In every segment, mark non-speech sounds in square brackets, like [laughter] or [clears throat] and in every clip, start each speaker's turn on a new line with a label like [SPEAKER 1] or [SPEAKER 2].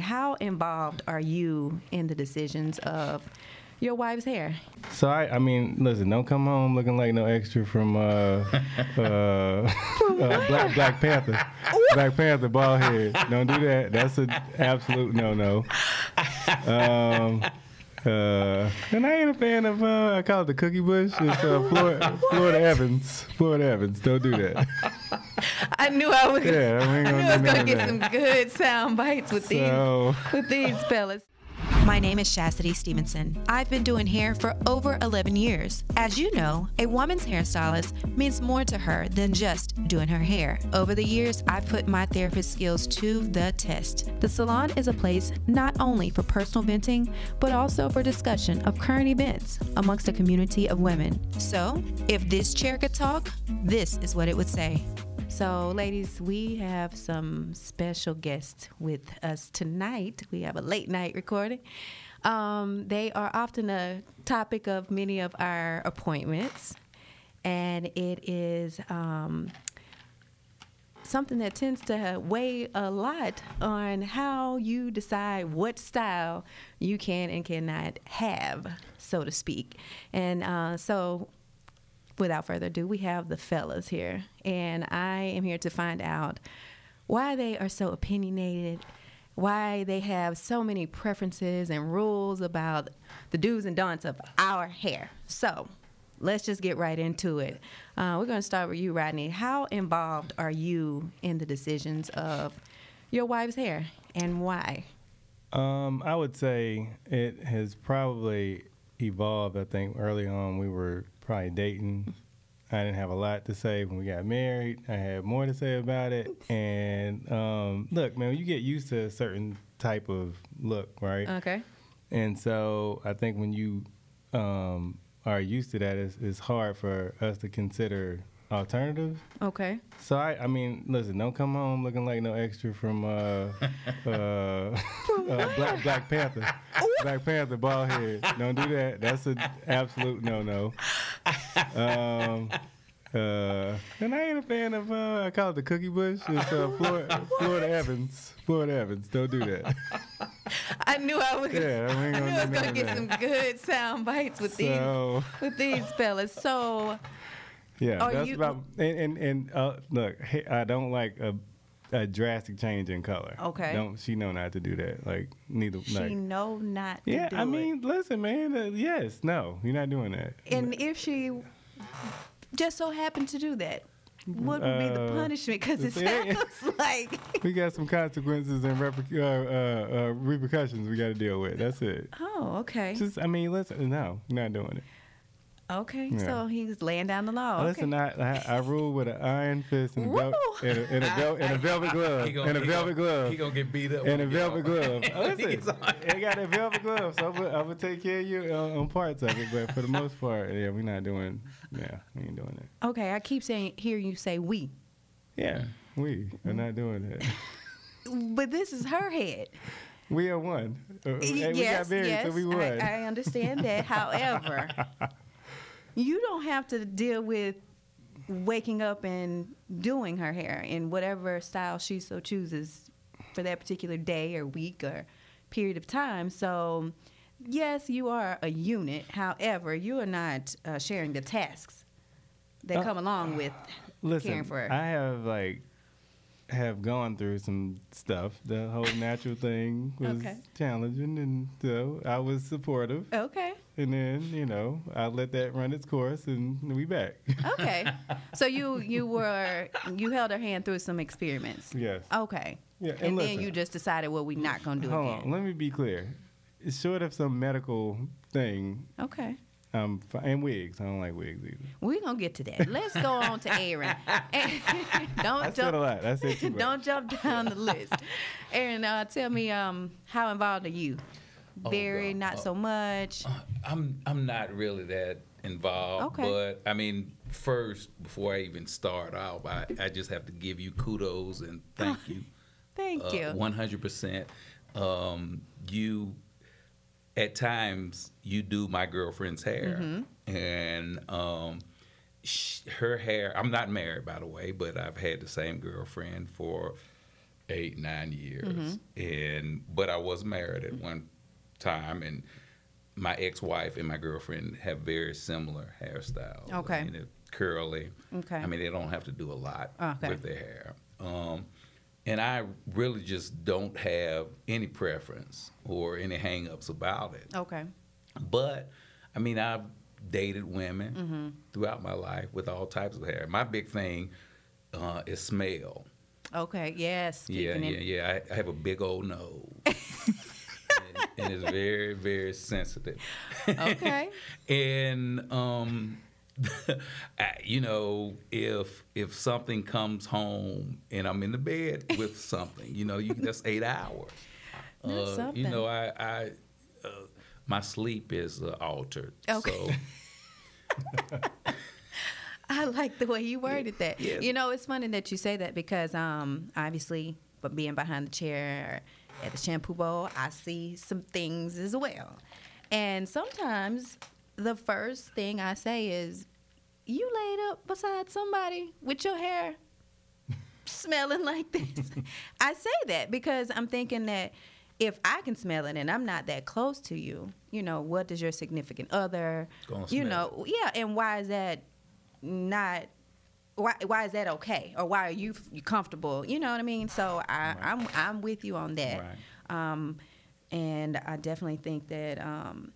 [SPEAKER 1] How involved are you in the decisions of your wife's hair?
[SPEAKER 2] So I, I mean, listen, don't come home looking like no extra from uh, uh, uh, Black Black Panther, Black Panther bald head. Don't do that. That's an absolute no no. Um, uh, and I ain't a fan of uh, I call it the cookie bush.
[SPEAKER 1] [laughs]
[SPEAKER 2] It's uh, Florida, Florida Evans, Florida Evans. Don't do that.
[SPEAKER 1] [laughs] I knew I was.
[SPEAKER 2] Yeah, I ain't
[SPEAKER 1] I knew
[SPEAKER 2] gonna do
[SPEAKER 1] I was
[SPEAKER 2] none
[SPEAKER 1] gonna
[SPEAKER 2] of
[SPEAKER 1] get
[SPEAKER 2] that.
[SPEAKER 1] some good sound bites with
[SPEAKER 2] So-
[SPEAKER 3] [laughs]
[SPEAKER 1] these with these fellas.
[SPEAKER 3] My name is Chastity Stevenson. I've been doing hair for over 11 years. As you know, a woman's hairstylist means more to her than just doing her hair. Over the years, I've put my therapist skills to the test. The salon is a place not only for personal venting, but also for discussion of current events amongst a community of women. So, if this chair could talk, this is what it would say.
[SPEAKER 1] So, ladies, we have some special guests with us tonight. We have a late night recording. Um, they are often a topic of many of our appointments, and it is um, something that tends to weigh a lot on how you decide what style you can and cannot have, so to speak. And uh, so, without further ado, we have the fellas here, and I am here to find out why they are so opinionated, why they have so many preferences and rules about the do's and don'ts of our hair. So let's just get right into it. Uh, we're going to start with you, Rodney. How involved are you in the decisions of your wife's hair and why?
[SPEAKER 2] Um, I would say it has probably evolved. I think early on we were probably dating. I didn't have a lot to say when we got married. I had more to say about it. And um, look, man, you get used to a certain type of look, right?
[SPEAKER 1] Okay.
[SPEAKER 2] And so I think when you um, are used to that, it's, it's hard for us to consider alternatives.
[SPEAKER 1] Okay.
[SPEAKER 2] So I, I mean, listen, don't come home looking like no extra from uh, uh, [laughs] uh, Black Black Panther, Black Panther bald head. Don't do that. That's an absolute no no. Um, uh, and I ain't a fan of uh, I call it the cookie bush. It's uh,
[SPEAKER 1] [laughs]
[SPEAKER 2] Florida, Florida Evans, Florida Evans. Don't do that.
[SPEAKER 1] I knew I was.
[SPEAKER 2] Yeah, we ain't
[SPEAKER 1] I knew I was
[SPEAKER 2] gonna
[SPEAKER 1] gonna
[SPEAKER 2] do
[SPEAKER 1] get
[SPEAKER 2] none
[SPEAKER 1] some
[SPEAKER 2] of that.
[SPEAKER 1] good sound bites with these
[SPEAKER 2] So
[SPEAKER 1] with these fellas. So
[SPEAKER 2] yeah,
[SPEAKER 1] Are
[SPEAKER 2] that's
[SPEAKER 1] you-
[SPEAKER 2] about. And and, and uh, look, hey, I don't like a. A drastic change in color.
[SPEAKER 1] Okay.
[SPEAKER 2] Don't she know not to do that? Like neither.
[SPEAKER 1] she
[SPEAKER 2] like,
[SPEAKER 1] know not. To
[SPEAKER 2] Yeah,
[SPEAKER 1] do it.
[SPEAKER 2] I mean, listen, man. Uh, yes, no, you're not
[SPEAKER 1] [laughs]
[SPEAKER 2] doing that.
[SPEAKER 1] and if she just so happened to do that, what would be the
[SPEAKER 2] Uh,
[SPEAKER 1] punishment? Because it
[SPEAKER 2] [laughs] yeah.
[SPEAKER 1] sounds [laughs] like
[SPEAKER 2] we got some consequences and reper- uh, uh, uh, repercussions we got to deal with. That's it.
[SPEAKER 1] oh, okay,
[SPEAKER 2] Just, I mean, listen, no, you're not doing it.
[SPEAKER 1] okay.
[SPEAKER 2] Yeah.
[SPEAKER 1] So he was laying down the law. Okay.
[SPEAKER 2] Listen, I, I, I rule with an iron fist and a, vel-
[SPEAKER 1] Woo!
[SPEAKER 2] and a, and a, vel- and
[SPEAKER 4] [laughs]
[SPEAKER 2] a velvet glove.
[SPEAKER 4] He gonna-
[SPEAKER 2] and a
[SPEAKER 4] he
[SPEAKER 2] velvet
[SPEAKER 4] gonna-
[SPEAKER 2] glove.
[SPEAKER 4] He gonna get beat up.
[SPEAKER 2] and a
[SPEAKER 4] when he get
[SPEAKER 2] velvet
[SPEAKER 4] home.
[SPEAKER 2] glove.
[SPEAKER 4] He
[SPEAKER 2] [laughs]
[SPEAKER 4] gets
[SPEAKER 2] Listen,
[SPEAKER 4] on.
[SPEAKER 2] it got a velvet glove, so I'm gonna take care of you on, on parts of it. But for the most part, yeah, we're not doing. Yeah, we ain't doing it.
[SPEAKER 1] Okay, I keep saying hearing you say we,
[SPEAKER 2] Yeah,
[SPEAKER 1] Mm.
[SPEAKER 2] we are not doing that.
[SPEAKER 1] but this is her head.
[SPEAKER 2] We are one. Uh, hey,
[SPEAKER 1] Y-
[SPEAKER 2] we got married, so we won.
[SPEAKER 1] I, I understand
[SPEAKER 2] [laughs]
[SPEAKER 1] that. However, you don't have to deal with waking up and doing her hair in whatever style she so chooses for that particular day or week or period of time. So, yes, you are a unit. However, you are not uh, sharing the tasks that
[SPEAKER 2] Uh,
[SPEAKER 1] come along with
[SPEAKER 2] Listen,
[SPEAKER 1] caring for her.
[SPEAKER 2] I have like have gone through some stuff. The whole natural thing was
[SPEAKER 1] Okay.
[SPEAKER 2] challenging, and so I was supportive.
[SPEAKER 1] okay.
[SPEAKER 2] And then you know I let that run its course, and we back. [laughs]
[SPEAKER 1] Okay. so you you were you held her hand through some experiments.
[SPEAKER 2] yes.
[SPEAKER 1] Okay.
[SPEAKER 2] Yeah,
[SPEAKER 1] and
[SPEAKER 2] and
[SPEAKER 1] then
[SPEAKER 2] listen.
[SPEAKER 1] you just decided what we not gonna do
[SPEAKER 2] Hold
[SPEAKER 1] again.
[SPEAKER 2] on. Let me be clear. Short of some medical thing,
[SPEAKER 1] Okay.
[SPEAKER 2] um, and wigs. I don't like wigs either.
[SPEAKER 1] We're gonna get to that. Let's go on to
[SPEAKER 2] [laughs]
[SPEAKER 1] Aaron. [laughs]
[SPEAKER 2] I
[SPEAKER 1] don't
[SPEAKER 2] said a
[SPEAKER 1] jump
[SPEAKER 2] lot. I said
[SPEAKER 1] [laughs]
[SPEAKER 2] too much.
[SPEAKER 1] don't jump down
[SPEAKER 2] [laughs]
[SPEAKER 1] the list. Aaron, uh, tell me um, how involved are you?
[SPEAKER 4] Oh,
[SPEAKER 1] Very,
[SPEAKER 4] God. Uh,
[SPEAKER 1] not so much.
[SPEAKER 4] I'm I'm not really that involved,
[SPEAKER 1] Okay.
[SPEAKER 4] but I mean, first before I even start out, I, I just have to give you kudos and thank you.
[SPEAKER 1] Thank you.
[SPEAKER 4] uh, One hundred percent. um, You at times you do my girlfriend's hair,
[SPEAKER 1] Mm-hmm.
[SPEAKER 4] and um, sh her hair. I'm not married, by the way,
[SPEAKER 1] Mm-hmm.
[SPEAKER 4] but I've had the same girlfriend for eight nine years, and but I was married at one time, and my ex-wife and my girlfriend have very similar hairstyles.
[SPEAKER 1] Okay.
[SPEAKER 4] I mean, they're curly.
[SPEAKER 1] Okay. Oh,
[SPEAKER 4] I mean, they don't have to do a lot
[SPEAKER 1] Okay.
[SPEAKER 4] with their hair. Um, and I really just don't have any preference or any hang-ups about it.
[SPEAKER 1] Okay. Oh.
[SPEAKER 4] But I mean, I've dated women
[SPEAKER 1] Mm-hmm.
[SPEAKER 4] throughout my life with all types of hair. My big thing uh, is smell.
[SPEAKER 1] Okay. Yes.
[SPEAKER 4] Yeah,
[SPEAKER 1] keeping
[SPEAKER 4] yeah,
[SPEAKER 1] it-
[SPEAKER 4] yeah. I, I have a big old nose.
[SPEAKER 1] [laughs]
[SPEAKER 4] and, and it's very, very sensitive. [laughs]
[SPEAKER 1] Okay.
[SPEAKER 4] And um, [laughs] I- you know, if if something comes home and I'm in
[SPEAKER 1] [laughs]
[SPEAKER 4] the bed with something, you know, you that's eight hours.
[SPEAKER 1] That's
[SPEAKER 4] Uh, You
[SPEAKER 1] something.
[SPEAKER 4] know, I, I uh, my sleep is uh, altered.
[SPEAKER 1] Okay.
[SPEAKER 4] So
[SPEAKER 1] [laughs] I like the way you worded that.
[SPEAKER 4] yeah.
[SPEAKER 1] You know, it's funny that you say that because um, obviously, but being behind the chair at the shampoo bowl, I see some things as well. And sometimes the first thing I say is, "You laid up beside somebody with your hair smelling like
[SPEAKER 4] [laughs]
[SPEAKER 1] this." I say that because I'm thinking that if I can smell it and I'm not that close to you, you know, what does your significant other,
[SPEAKER 4] Gonna
[SPEAKER 1] you
[SPEAKER 4] smell
[SPEAKER 1] know, yeah, and why is that not why why is that okay or why are you you comfortable you know what i mean so i i'm i'm with you on that
[SPEAKER 4] Right.
[SPEAKER 1] um and i definitely think that um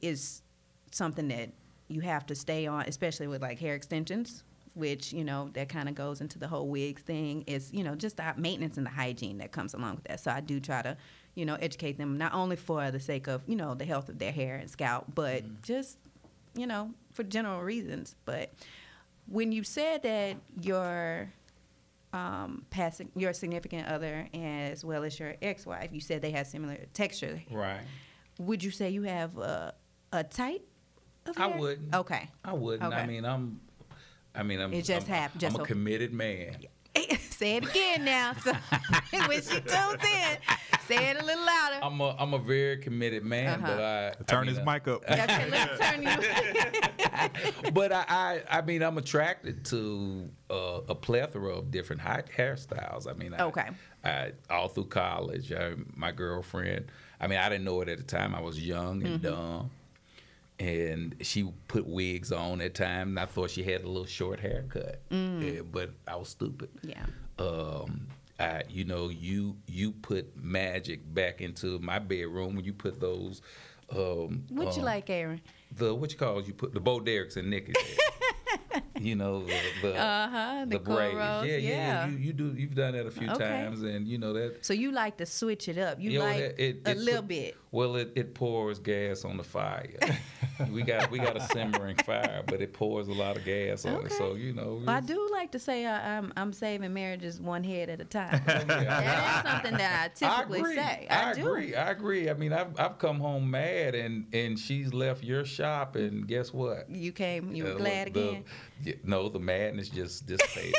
[SPEAKER 1] is something that you have to stay on especially with like hair extensions which you know that kind of goes into the whole wigs thing is you know just the maintenance and the hygiene that comes along with that so i do try to you know educate them not only for the sake of you know the health of their hair and scalp but just you know for general reasons but when you said that your um, passing your significant other and as well as your ex-wife, you said they have similar texture.
[SPEAKER 4] [laughs] right.
[SPEAKER 1] Would you say you have a, a type? Of
[SPEAKER 4] I
[SPEAKER 1] hair?
[SPEAKER 4] wouldn't.
[SPEAKER 1] Okay. [laughs]
[SPEAKER 4] I wouldn't. I
[SPEAKER 1] Okay.
[SPEAKER 4] mean, I'm. I mean, I'm.
[SPEAKER 1] It just
[SPEAKER 4] I'm,
[SPEAKER 1] hap- just
[SPEAKER 4] I'm a
[SPEAKER 1] so-
[SPEAKER 4] committed man.
[SPEAKER 1] say it again now. So [laughs] when she tunes in, say it a little louder.
[SPEAKER 4] I'm a. I'm a very committed man,
[SPEAKER 1] Uh-huh.
[SPEAKER 4] but I
[SPEAKER 5] Turn
[SPEAKER 4] I mean,
[SPEAKER 5] his
[SPEAKER 4] uh,
[SPEAKER 5] mic up.
[SPEAKER 1] okay, let me turn
[SPEAKER 4] [laughs]
[SPEAKER 1] you. [laughs]
[SPEAKER 4] but I, I, I mean, I'm attracted to uh, a plethora of different hi- hairstyles. I mean, I,
[SPEAKER 1] Okay.
[SPEAKER 4] I, all through college, I, my girlfriend. I mean, I didn't know it at the time. I was young and
[SPEAKER 1] Mm-hmm.
[SPEAKER 4] dumb, and she put wigs on at time, and I thought she had a little short haircut.
[SPEAKER 1] Mm.
[SPEAKER 4] Yeah, but I was stupid.
[SPEAKER 1] Yeah.
[SPEAKER 4] Um, I, you know, you you put magic back into my bedroom when you put those. Um,
[SPEAKER 1] What you
[SPEAKER 4] um,
[SPEAKER 1] like, Aaron?
[SPEAKER 4] the what you call you put the Bo Derricks and
[SPEAKER 1] [laughs]
[SPEAKER 4] Nicky. you know the the,
[SPEAKER 1] Uh-huh, the
[SPEAKER 4] braids.
[SPEAKER 1] cornrows,
[SPEAKER 4] Yeah, yeah,
[SPEAKER 1] yeah.
[SPEAKER 4] You, you do you've done that a few
[SPEAKER 1] Okay.
[SPEAKER 4] times, and you know that.
[SPEAKER 1] So you like to switch it up. You
[SPEAKER 4] you know,
[SPEAKER 1] like
[SPEAKER 4] that- it-
[SPEAKER 1] a
[SPEAKER 4] it-
[SPEAKER 1] little bit.
[SPEAKER 4] Well, it, it pours gas on
[SPEAKER 1] [laughs]
[SPEAKER 4] the fire. we got we got a simmering fire, but it pours a lot of gas on it.
[SPEAKER 1] Okay.
[SPEAKER 4] So you know.
[SPEAKER 1] Well, I
[SPEAKER 4] it's-
[SPEAKER 1] do like to say I, I'm I'm saving marriages one head at a
[SPEAKER 4] [laughs]
[SPEAKER 1] time.
[SPEAKER 4] Oh, yeah.
[SPEAKER 1] that is something that I
[SPEAKER 4] I
[SPEAKER 1] typically
[SPEAKER 4] agree.
[SPEAKER 1] say.
[SPEAKER 4] I,
[SPEAKER 1] I, do.
[SPEAKER 4] agree. I agree. I mean, I've, I've come home mad, and, and she's left your shop, and guess what?
[SPEAKER 1] You came. You
[SPEAKER 4] Uh,
[SPEAKER 1] were
[SPEAKER 4] look,
[SPEAKER 1] glad
[SPEAKER 4] the-
[SPEAKER 1] again.
[SPEAKER 4] y- no, the madness just dissipated.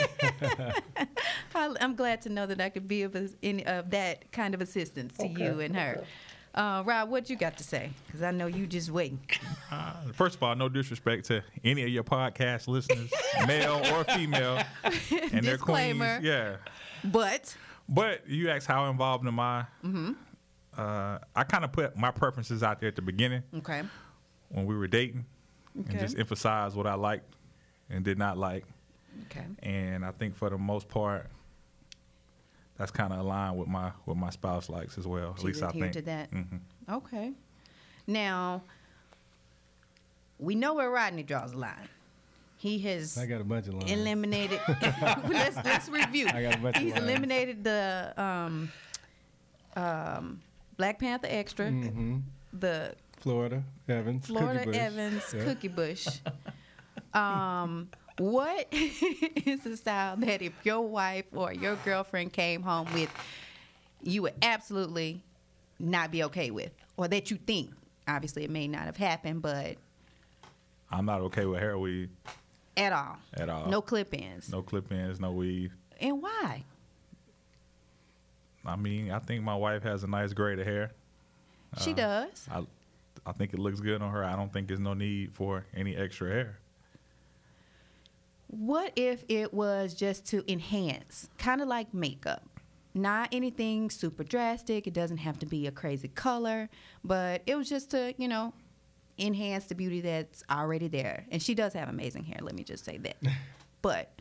[SPEAKER 1] I, I'm glad to know that I could be of, as- any, of that kind of assistance to you and her. Uh, Rob, what you got to say? Because I know you just waiting.
[SPEAKER 5] Uh, first of all, no disrespect to any of your
[SPEAKER 4] [laughs]
[SPEAKER 5] podcast listeners, male or female, and their queens.
[SPEAKER 1] Disclaimer.
[SPEAKER 5] Yeah,
[SPEAKER 1] But
[SPEAKER 5] but you asked how involved am I?
[SPEAKER 1] Mm-hmm.
[SPEAKER 5] Uh, I kind of put my preferences out there at the beginning
[SPEAKER 1] okay,
[SPEAKER 5] when we were dating,
[SPEAKER 1] Okay.
[SPEAKER 5] and just emphasized what I liked and did not like.
[SPEAKER 1] okay,
[SPEAKER 5] And I think for the most part, that's kind of aligned with my what my spouse likes as well. at
[SPEAKER 1] She's
[SPEAKER 5] least I
[SPEAKER 1] adhered
[SPEAKER 5] think.
[SPEAKER 1] to that.
[SPEAKER 5] Mhm.
[SPEAKER 1] okay. Now we know where Rodney draws the line. He has
[SPEAKER 2] I got a bunch of lines.
[SPEAKER 1] eliminated. [laughs] let's let's review.
[SPEAKER 2] [laughs] I got a bunch of
[SPEAKER 1] He's
[SPEAKER 2] lines.
[SPEAKER 1] eliminated the um, um, Black Panther extra,
[SPEAKER 2] Mhm.
[SPEAKER 1] the
[SPEAKER 2] Florida Evans. Cookie
[SPEAKER 1] Florida
[SPEAKER 2] Bush.
[SPEAKER 1] Evans
[SPEAKER 2] Yeah.
[SPEAKER 1] Cookie
[SPEAKER 2] [laughs]
[SPEAKER 1] Bush. Um, what [laughs] is the style that if your wife or your girlfriend came home with, you would absolutely not be okay with, or that you think? Obviously, it may not have happened, but
[SPEAKER 5] I'm not okay with hair weave
[SPEAKER 1] at all,
[SPEAKER 5] at all.
[SPEAKER 1] no clip ins,
[SPEAKER 5] no clip ins, no weave.
[SPEAKER 1] and why?
[SPEAKER 5] I mean, I think my wife has a nice grade of hair.
[SPEAKER 2] Uh,
[SPEAKER 1] She does.
[SPEAKER 5] I, I think it looks good on her. I don't think there's no need for any extra hair.
[SPEAKER 1] What if it was just to enhance, kind of like makeup? not anything super drastic. It doesn't have to be a crazy color, but it was just to, you know, enhance the beauty that's already there. And she does have amazing hair, let me just say that. but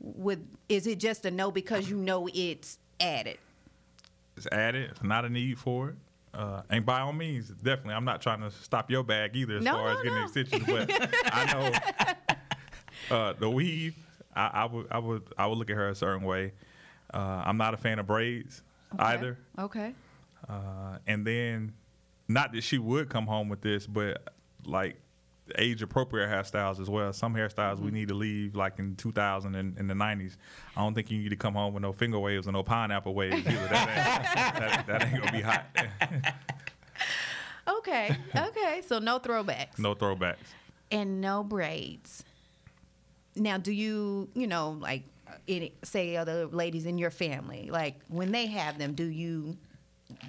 [SPEAKER 1] would is it just a no because you know it's added?
[SPEAKER 5] It's added. It's not a need for it. Uh, and by all means, definitely, I'm not trying to stop your bag either as
[SPEAKER 1] No,
[SPEAKER 5] far
[SPEAKER 1] no,
[SPEAKER 5] as getting
[SPEAKER 1] no.
[SPEAKER 5] extensions. But
[SPEAKER 1] [laughs]
[SPEAKER 5] I know uh, the weave. I, I would, I would, I would look at her a certain way. Uh, I'm not a fan of braids either.
[SPEAKER 1] Okay.
[SPEAKER 5] Uh, and then, not that she would come home with this, but like age appropriate hairstyles as well. Some hairstyles we need to leave, like in 2000 and in the 90s. I don't think you need to come home with no finger waves and no pineapple waves either. That ain't, that, that ain't gonna be hot. [laughs]
[SPEAKER 1] Okay. Okay. so no throwbacks.
[SPEAKER 5] no throwbacks.
[SPEAKER 1] and no braids. Now, do you, you know, like any, say other ladies in your family, like when they have them, do you,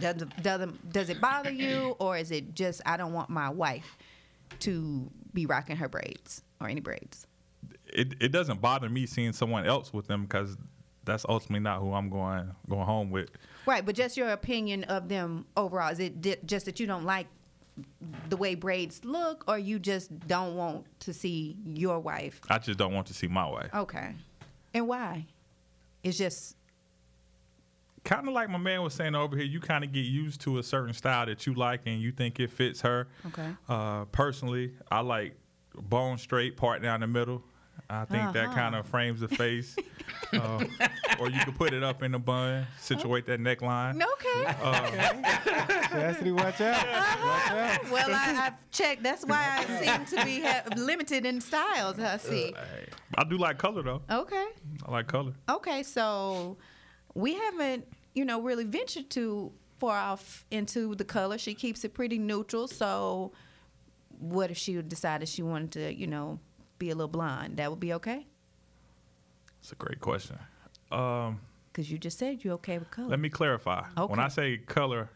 [SPEAKER 1] does, does, does it bother you or is it just, I don't want my wife to be rocking her braids or any braids?
[SPEAKER 5] It it doesn't bother me seeing someone else with them because that's ultimately not who I'm going going home with.
[SPEAKER 1] Right, but just your opinion of them overall. Is it di- just that you don't like the way braids look or you just don't want to see your wife?
[SPEAKER 5] I just don't want to see my wife.
[SPEAKER 1] Okay. And why? It's just
[SPEAKER 5] kind of like my man was saying over here, you kind of get used to a certain style that you like and you think it fits her.
[SPEAKER 1] Okay.
[SPEAKER 5] Uh, personally, I like bone straight, part down the middle. I think
[SPEAKER 1] Uh-huh.
[SPEAKER 5] that kind of frames the face.
[SPEAKER 1] [laughs]
[SPEAKER 5] uh, or you can put it up in a bun, situate that neckline.
[SPEAKER 1] Okay.
[SPEAKER 2] Chastity, watch out. Watch out.
[SPEAKER 1] Well, I, I've checked. That's why I seem to be ha- limited in styles. I see.
[SPEAKER 5] I do like color though.
[SPEAKER 1] Okay.
[SPEAKER 5] I like color.
[SPEAKER 1] Okay. So we haven't, you know, really ventured too far off into the color. She keeps it pretty neutral. So, what if she decided she wanted to, you know, be a little blonde? That would be okay.
[SPEAKER 5] It's a great question. Um,
[SPEAKER 1] Because you just said you're okay with color.
[SPEAKER 5] let me clarify. When
[SPEAKER 1] Okay.
[SPEAKER 5] I say color,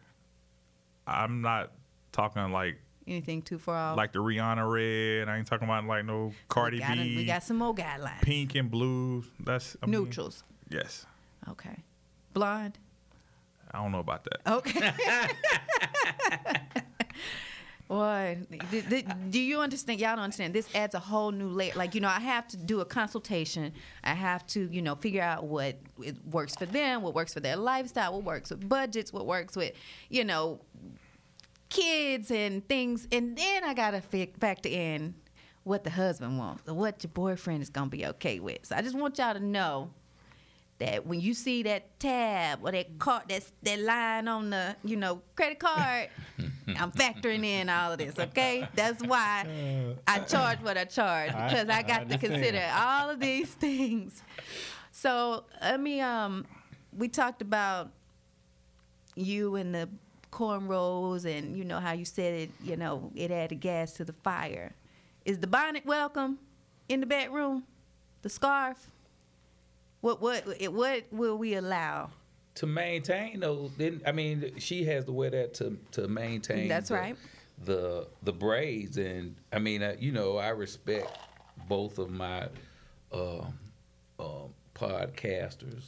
[SPEAKER 5] I'm not talking like
[SPEAKER 1] Anything too far off?
[SPEAKER 5] like the Rihanna red. I ain't talking about like no Cardi
[SPEAKER 1] Oh. we got,
[SPEAKER 5] B.
[SPEAKER 1] we got some more guidelines.
[SPEAKER 5] pink and blue. That's I mean,
[SPEAKER 1] Neutrals.
[SPEAKER 5] yes.
[SPEAKER 1] Okay. Blonde.
[SPEAKER 5] I don't know about that.
[SPEAKER 1] Okay. [laughs] Boy, th- th- do you understand? Y'all don't understand. This adds a whole new layer. Like, you know, I have to do a consultation. I have to, you know, figure out what it works for them, what works for their lifestyle, what works with budgets, what works with, you know, kids and things. And then I got to fi- factor in what the husband wants, or what your boyfriend is going to be okay with. So I just want y'all to know that when you see that tab or that card, that that line on the you know credit card,
[SPEAKER 2] [laughs]
[SPEAKER 1] I'm factoring in all of this. Okay, that's why I charge what I charge
[SPEAKER 2] Uh, I-
[SPEAKER 1] because I
[SPEAKER 2] I
[SPEAKER 1] got to consider
[SPEAKER 2] understand.
[SPEAKER 1] all of these [laughs] things. So I mean, um, we talked about you and the cornrows and you know how you said it. You know, it added gas to the fire. Is the bonnet welcome in the bedroom? The scarf. What what it- what will we allow?
[SPEAKER 4] to maintain those then i mean she has to wear that to to maintain
[SPEAKER 1] That's
[SPEAKER 4] the,
[SPEAKER 1] right.
[SPEAKER 4] the the braids and i mean uh, you know i respect both of my um um
[SPEAKER 1] [laughs]
[SPEAKER 4] podcasters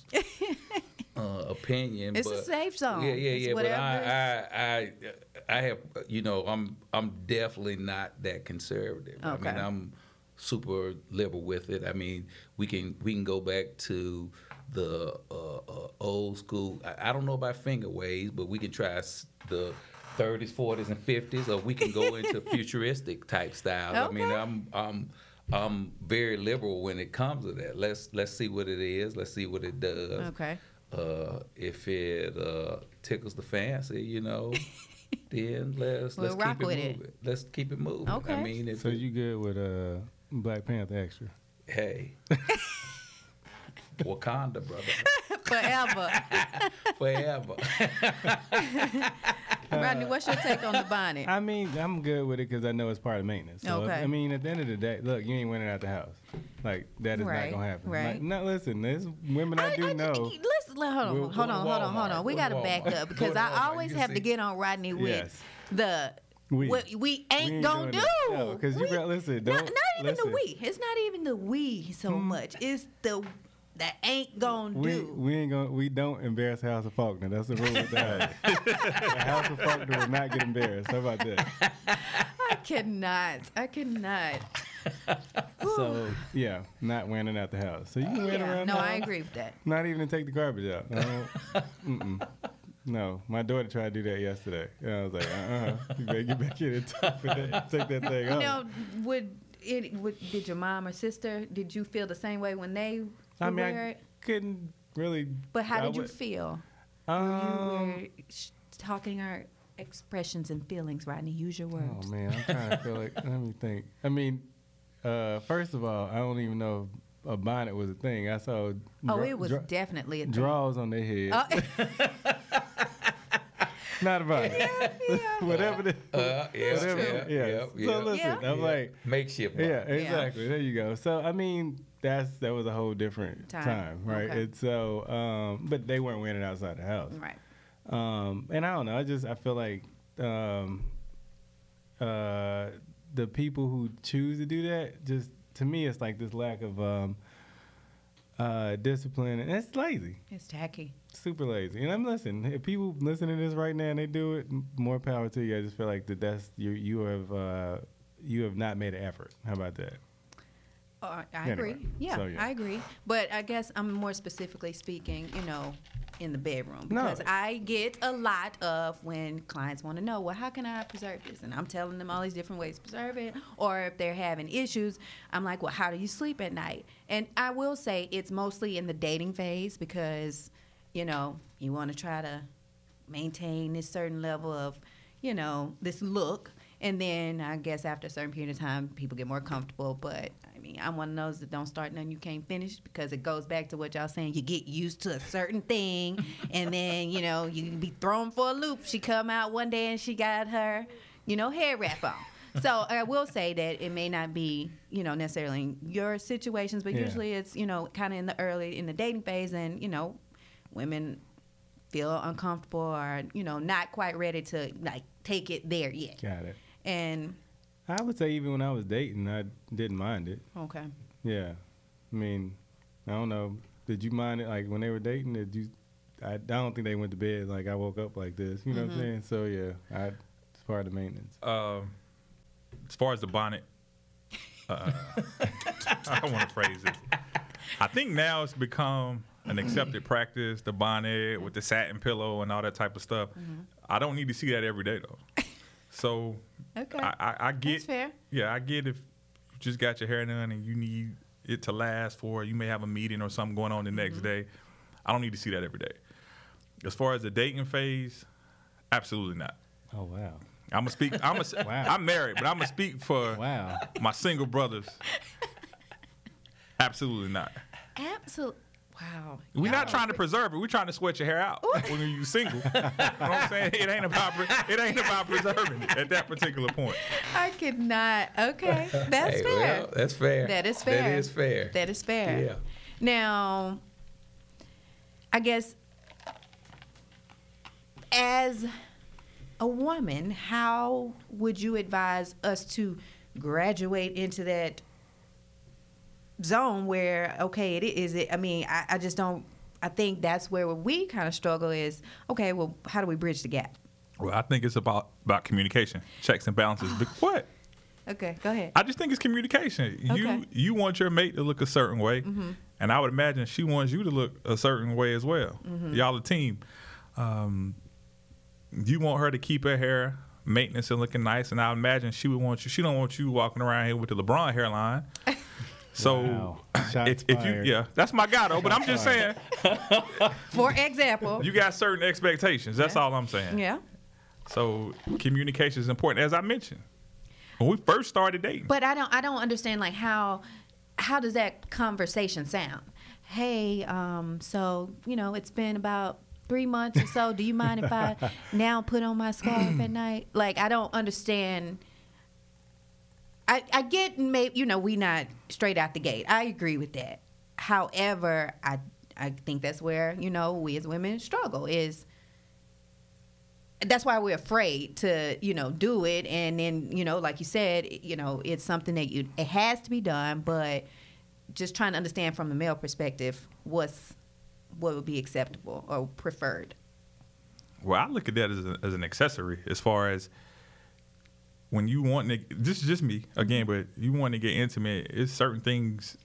[SPEAKER 4] uh, opinion
[SPEAKER 1] It's a
[SPEAKER 4] but,
[SPEAKER 1] safe zone.
[SPEAKER 4] yeah yeah
[SPEAKER 1] It's
[SPEAKER 4] yeah but I,
[SPEAKER 1] whatever.
[SPEAKER 4] I i i have you know i'm i'm definitely not that conservative i
[SPEAKER 1] Okay.
[SPEAKER 4] mean i'm super liberal with it i mean we can we can go back to the uh, uh, old school I, I don't know about finger waves but we can try s- the 30s 40s and 50s or we
[SPEAKER 1] [laughs]
[SPEAKER 4] can go into futuristic type style i mean
[SPEAKER 1] Okay.
[SPEAKER 4] i'm i'm i'm very liberal when it comes to that let's let's see what it is let's see what it does
[SPEAKER 1] Okay. [laughs]
[SPEAKER 4] uh, if it uh, tickles the fancy,
[SPEAKER 1] [laughs]
[SPEAKER 4] you know, then let's
[SPEAKER 1] We'll
[SPEAKER 4] let's
[SPEAKER 1] rock
[SPEAKER 4] keep it
[SPEAKER 1] with it.
[SPEAKER 4] moving. Let's keep it moving.
[SPEAKER 1] Okay.
[SPEAKER 4] I mean, if
[SPEAKER 2] [laughs] So
[SPEAKER 4] it-
[SPEAKER 2] you good with uh, Black Panther extra?
[SPEAKER 1] [laughs]
[SPEAKER 4] hey, Wakanda, brother,
[SPEAKER 1] Forever. [laughs]
[SPEAKER 4] forever.
[SPEAKER 1] Rodney, what's your take on the bonnet?
[SPEAKER 2] I mean, I'm good with it because I know it's part of maintenance. So,
[SPEAKER 1] Okay.
[SPEAKER 2] I mean, at the end of the day, look, you ain't winning out the house. Like that is
[SPEAKER 1] Right,
[SPEAKER 2] not gonna happen.
[SPEAKER 1] right.
[SPEAKER 2] Like, no, listen, there's women I, do know.
[SPEAKER 1] Let's let- hold on,
[SPEAKER 2] We'll
[SPEAKER 1] hold
[SPEAKER 4] go to
[SPEAKER 1] on, hold on, hold
[SPEAKER 4] Walmart.
[SPEAKER 1] on. We
[SPEAKER 4] Go to
[SPEAKER 1] gotta back
[SPEAKER 4] Walmart.
[SPEAKER 1] up
[SPEAKER 4] Go
[SPEAKER 1] because
[SPEAKER 4] to Walmart.
[SPEAKER 1] I always
[SPEAKER 4] You
[SPEAKER 1] have to
[SPEAKER 4] see-
[SPEAKER 1] get on Rodney with
[SPEAKER 2] Yes.
[SPEAKER 1] the
[SPEAKER 2] We.
[SPEAKER 1] what we ain't
[SPEAKER 2] We ain't
[SPEAKER 1] gonna
[SPEAKER 2] doing
[SPEAKER 1] do.
[SPEAKER 2] that. No, 'cause you
[SPEAKER 1] We-
[SPEAKER 2] got- listen,
[SPEAKER 1] Not,
[SPEAKER 2] don't-
[SPEAKER 1] not even
[SPEAKER 2] listen.
[SPEAKER 1] the we. It's not even the we so much. It's the that ain't gonna
[SPEAKER 2] We,
[SPEAKER 1] do.
[SPEAKER 2] we ain't gonna we don't embarrass House of Faulkner. That's the rule of the house. The House of Faulkner will not get embarrassed. How about that?
[SPEAKER 1] I cannot. I cannot.
[SPEAKER 2] [laughs] So yeah, not wearing out the house. So you can wear it
[SPEAKER 1] Yeah,
[SPEAKER 2] around.
[SPEAKER 1] no,
[SPEAKER 2] the
[SPEAKER 1] I
[SPEAKER 2] house.
[SPEAKER 1] agree with that.
[SPEAKER 2] Not even to take the garbage out. I don't- mm-mm. No, my daughter tried to do that yesterday. And I was like, uh uh You better get back in and take that, take that
[SPEAKER 1] [laughs]
[SPEAKER 2] thing off.
[SPEAKER 1] Now, would it? Would, did your mom or sister? Did you feel the same way when they would
[SPEAKER 2] I mean,
[SPEAKER 1] wear
[SPEAKER 2] I
[SPEAKER 1] it?
[SPEAKER 2] couldn't really.
[SPEAKER 1] But how
[SPEAKER 2] I
[SPEAKER 1] did you
[SPEAKER 2] would-
[SPEAKER 1] feel?
[SPEAKER 2] Um,
[SPEAKER 1] We're sh- talking our expressions and feelings, Rodney. Use your words.
[SPEAKER 2] Oh man, I'm
[SPEAKER 4] [laughs]
[SPEAKER 2] trying to feel like. Let me think. I mean, uh, first of all, I don't even know if a bonnet was a thing. I saw.
[SPEAKER 1] Oh,
[SPEAKER 2] dra-
[SPEAKER 1] it was
[SPEAKER 2] dra-
[SPEAKER 1] definitely a thing. [laughs]
[SPEAKER 2] draws on their head.
[SPEAKER 1] Oh,
[SPEAKER 2] Not a bonnet. [laughs] Whatever. The,
[SPEAKER 4] Uh, yeah,
[SPEAKER 2] whatever.
[SPEAKER 4] yeah,
[SPEAKER 2] yeah.
[SPEAKER 4] yeah,
[SPEAKER 2] So
[SPEAKER 4] yeah.
[SPEAKER 2] listen,
[SPEAKER 1] Yeah.
[SPEAKER 2] I'm like.
[SPEAKER 4] makeshift.
[SPEAKER 2] Yeah,
[SPEAKER 4] Yeah.
[SPEAKER 2] exactly. There you go. So I mean, that's that was a whole different
[SPEAKER 1] Time.
[SPEAKER 2] time, right?
[SPEAKER 1] Okay.
[SPEAKER 2] And so, um, but they weren't wearing it outside the house.
[SPEAKER 1] right.
[SPEAKER 2] Um, and I don't know. I just I feel like um, uh, the people who choose to do that just to me it's like this lack of um, uh, discipline and it's lazy,
[SPEAKER 1] It's tacky.
[SPEAKER 2] super lazy. And I'm listen. If people listening to this right now and they do it, m- more power to you. I just feel like that that's you you have uh, you have not made an effort. How about that?
[SPEAKER 1] Uh, I
[SPEAKER 2] Anyway,
[SPEAKER 1] agree. Yeah,
[SPEAKER 2] so, yeah.
[SPEAKER 1] I agree. But I guess I'm more specifically speaking, you know, in the bedroom
[SPEAKER 2] No.
[SPEAKER 1] because I get a lot of when clients want to know, well, how can I preserve this? And I'm telling them all these different ways to preserve it. Or if they're having issues, I'm like, well, how do you sleep at night? And I will say it's mostly in the dating phase because, you know, you want to try to maintain this certain level of, you know, this look. And then I guess after a certain period of time, people get more comfortable. But I mean, I'm one of those that don't start nothing you can't finish because it goes back to what y'all saying. You get used to a certain thing, and then you know you can be thrown for a loop. She come out one day and she got her, you know, hair wrap on. So I will say that it may not be, you know, necessarily in your situations, but
[SPEAKER 2] Yeah.
[SPEAKER 1] usually it's, you know, kind of in the early in the dating phase, and you know, women feel uncomfortable or you know not quite ready to like take it there yet
[SPEAKER 2] Got it.
[SPEAKER 1] and
[SPEAKER 2] I would say even when I was dating, I didn't mind it.
[SPEAKER 1] okay
[SPEAKER 2] Yeah, I mean, I don't know. Did you mind it? Like when they were dating, did you? I, I don't think they went to bed like I woke up like this. You know what
[SPEAKER 1] Mm-hmm.
[SPEAKER 2] I'm saying? So yeah, I, it's part of the maintenance.
[SPEAKER 5] Um, as far as the bonnet, uh, [laughs] I want to phrase it. I think now it's become an accepted practice, the bonnet with the satin pillow and all that type of stuff.
[SPEAKER 1] Mm-hmm.
[SPEAKER 5] I don't need to see that every day though. So
[SPEAKER 1] Okay.
[SPEAKER 5] I, I, I get
[SPEAKER 1] That's fair.
[SPEAKER 5] Yeah, I get if you just got your hair done and you need it to last for you may have a meeting or something going on the next
[SPEAKER 2] Mm-hmm.
[SPEAKER 5] day. I don't need to see that every day. As far as the dating phase, absolutely not.
[SPEAKER 2] Oh wow,
[SPEAKER 5] I'm gonna speak. I'm
[SPEAKER 2] [laughs]
[SPEAKER 5] a,
[SPEAKER 2] Wow.
[SPEAKER 5] I'm married, but I'm gonna speak for
[SPEAKER 2] wow.
[SPEAKER 5] my single brothers. Absolutely not.
[SPEAKER 1] absolutely wow
[SPEAKER 5] We're not trying to preserve it. We're trying to sweat your hair out when you single. you know what I'm saying? It ain't about pre- it ain't about preserving it at that particular point.
[SPEAKER 1] i could not
[SPEAKER 5] [laughs]
[SPEAKER 1] okay that's
[SPEAKER 4] Hey,
[SPEAKER 1] fair
[SPEAKER 4] well, that's fair.
[SPEAKER 1] That is fair.
[SPEAKER 4] That is fair.
[SPEAKER 1] That is fair.
[SPEAKER 4] Yeah.
[SPEAKER 1] Now, I guess as a woman, how would you advise us to graduate into that zone where okay, it is it? I mean, I, I just don't. I think that's where we kind of struggle is okay. Well, how do we bridge the gap?
[SPEAKER 5] Well, I think it's about about communication, checks and balances. Be- what?
[SPEAKER 1] Okay, go ahead.
[SPEAKER 5] I just think it's communication.
[SPEAKER 1] Okay.
[SPEAKER 5] You you want your mate to look a certain way, and I would imagine she wants you to look a certain way as well. Y'all a team. Um, you want her to keep her hair maintenance and looking nice, and I imagine she would want you. She don't want you walking around here with the LeBron hairline. So
[SPEAKER 2] Wow. Shots
[SPEAKER 5] [laughs] if, if you
[SPEAKER 2] fired.
[SPEAKER 5] yeah, that's my guy though. But I'm just saying
[SPEAKER 1] For example,
[SPEAKER 5] you got certain expectations. That's all I'm saying.
[SPEAKER 1] yeah.
[SPEAKER 5] So communication is important, as I mentioned when we first started dating.
[SPEAKER 1] But I don't I don't understand like how how does that conversation sound? Hey, um, so you know it's been about three months or so. Do you mind if I now put on my scarf at night? Like I don't understand. I I get maybe you know we not straight out the gate. I agree with that. However, I I think that's where you know we as women struggle is that's why we're afraid to you know do it and then you know like you said you know it's something that you it has to be done but just trying to understand from a male perspective what's what would be acceptable or preferred.
[SPEAKER 5] Well, I look at that as, a, as an accessory as far as when you want to, this is just me again, but you want to get intimate, it's certain things.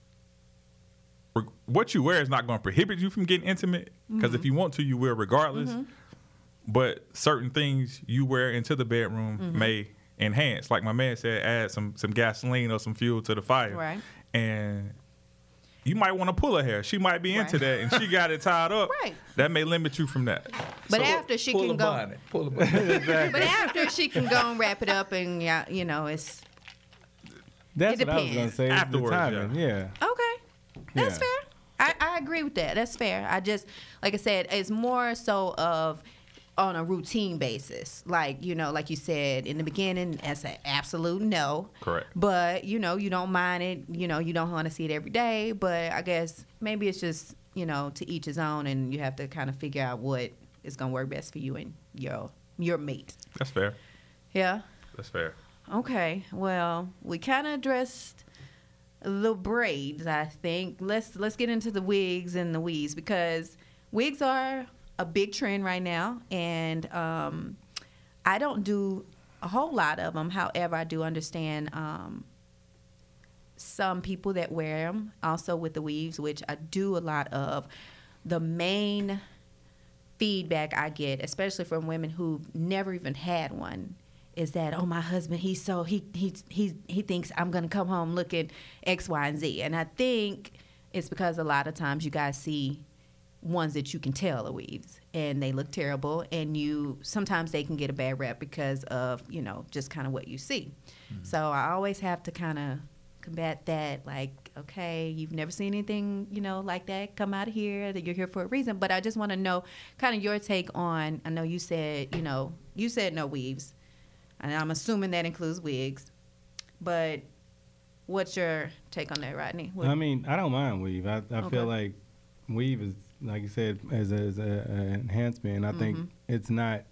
[SPEAKER 5] reg- What you wear is not going to prohibit you from getting intimate because
[SPEAKER 1] Mm-hmm.
[SPEAKER 5] if you want to, you will regardless. But certain things you wear into the bedroom
[SPEAKER 1] Mm-hmm.
[SPEAKER 5] may enhance, like my man said, add some some gasoline or some fuel to the fire.
[SPEAKER 1] Right.
[SPEAKER 5] And you might want to pull her hair. She might be into
[SPEAKER 1] Right.
[SPEAKER 5] that, and she got it tied up.
[SPEAKER 1] [laughs] Right.
[SPEAKER 5] That may limit you from that.
[SPEAKER 1] But after she
[SPEAKER 4] pull
[SPEAKER 1] can
[SPEAKER 4] a
[SPEAKER 1] go,
[SPEAKER 4] Bonnet, pull
[SPEAKER 2] [laughs]
[SPEAKER 4] a bonnet.
[SPEAKER 1] but after she can go and wrap it up, and yeah, you know it's
[SPEAKER 2] That's
[SPEAKER 1] It
[SPEAKER 2] what I was gonna
[SPEAKER 1] depends.
[SPEAKER 2] say. Afterwards,
[SPEAKER 5] Afterwards,
[SPEAKER 2] the timing. Yeah.
[SPEAKER 1] Okay. That's
[SPEAKER 2] Yeah.
[SPEAKER 1] fair. I, I agree with that. That's fair. I just, like I said, it's more so of on a routine basis. Like, you know, like you said in the beginning, that's an absolute no.
[SPEAKER 5] Correct.
[SPEAKER 1] But, you know, you don't mind it. You know, you don't want to see it every day. But I guess maybe it's just, you know, to each his own and you have to kind of figure out what is going to work best for you and your your mate.
[SPEAKER 5] That's fair.
[SPEAKER 1] Yeah.
[SPEAKER 5] That's fair.
[SPEAKER 1] Okay, well, we kind of addressed the braids, I think. Let's let's get into the wigs and the weaves because wigs are a big trend right now, and um, I don't do a whole lot of them. However, I do understand um, some people that wear them. Also with the weaves, which I do a lot of. The main feedback I get, especially from women who never even had one, is that oh my husband he's so he he he he thinks I'm gonna come home looking X Y and Z, and I think it's because a lot of times you guys see ones that you can tell are weaves and they look terrible and you sometimes they can get a bad rep because of you know just kind of what you see
[SPEAKER 2] Mm.
[SPEAKER 1] so i always have to kind of combat that like okay you've never seen anything you know like that come out of here that you're here for a reason but i just want to know kind of your take on i know you said you know you said no weaves and i'm assuming that includes wigs but what's your take on that rodney What-
[SPEAKER 2] I mean, I don't mind weave. I, I
[SPEAKER 1] Okay.
[SPEAKER 2] feel like weave is, like you said, as a, as a, an enhancement. And I think
[SPEAKER 1] Mm-hmm.
[SPEAKER 2] it's not.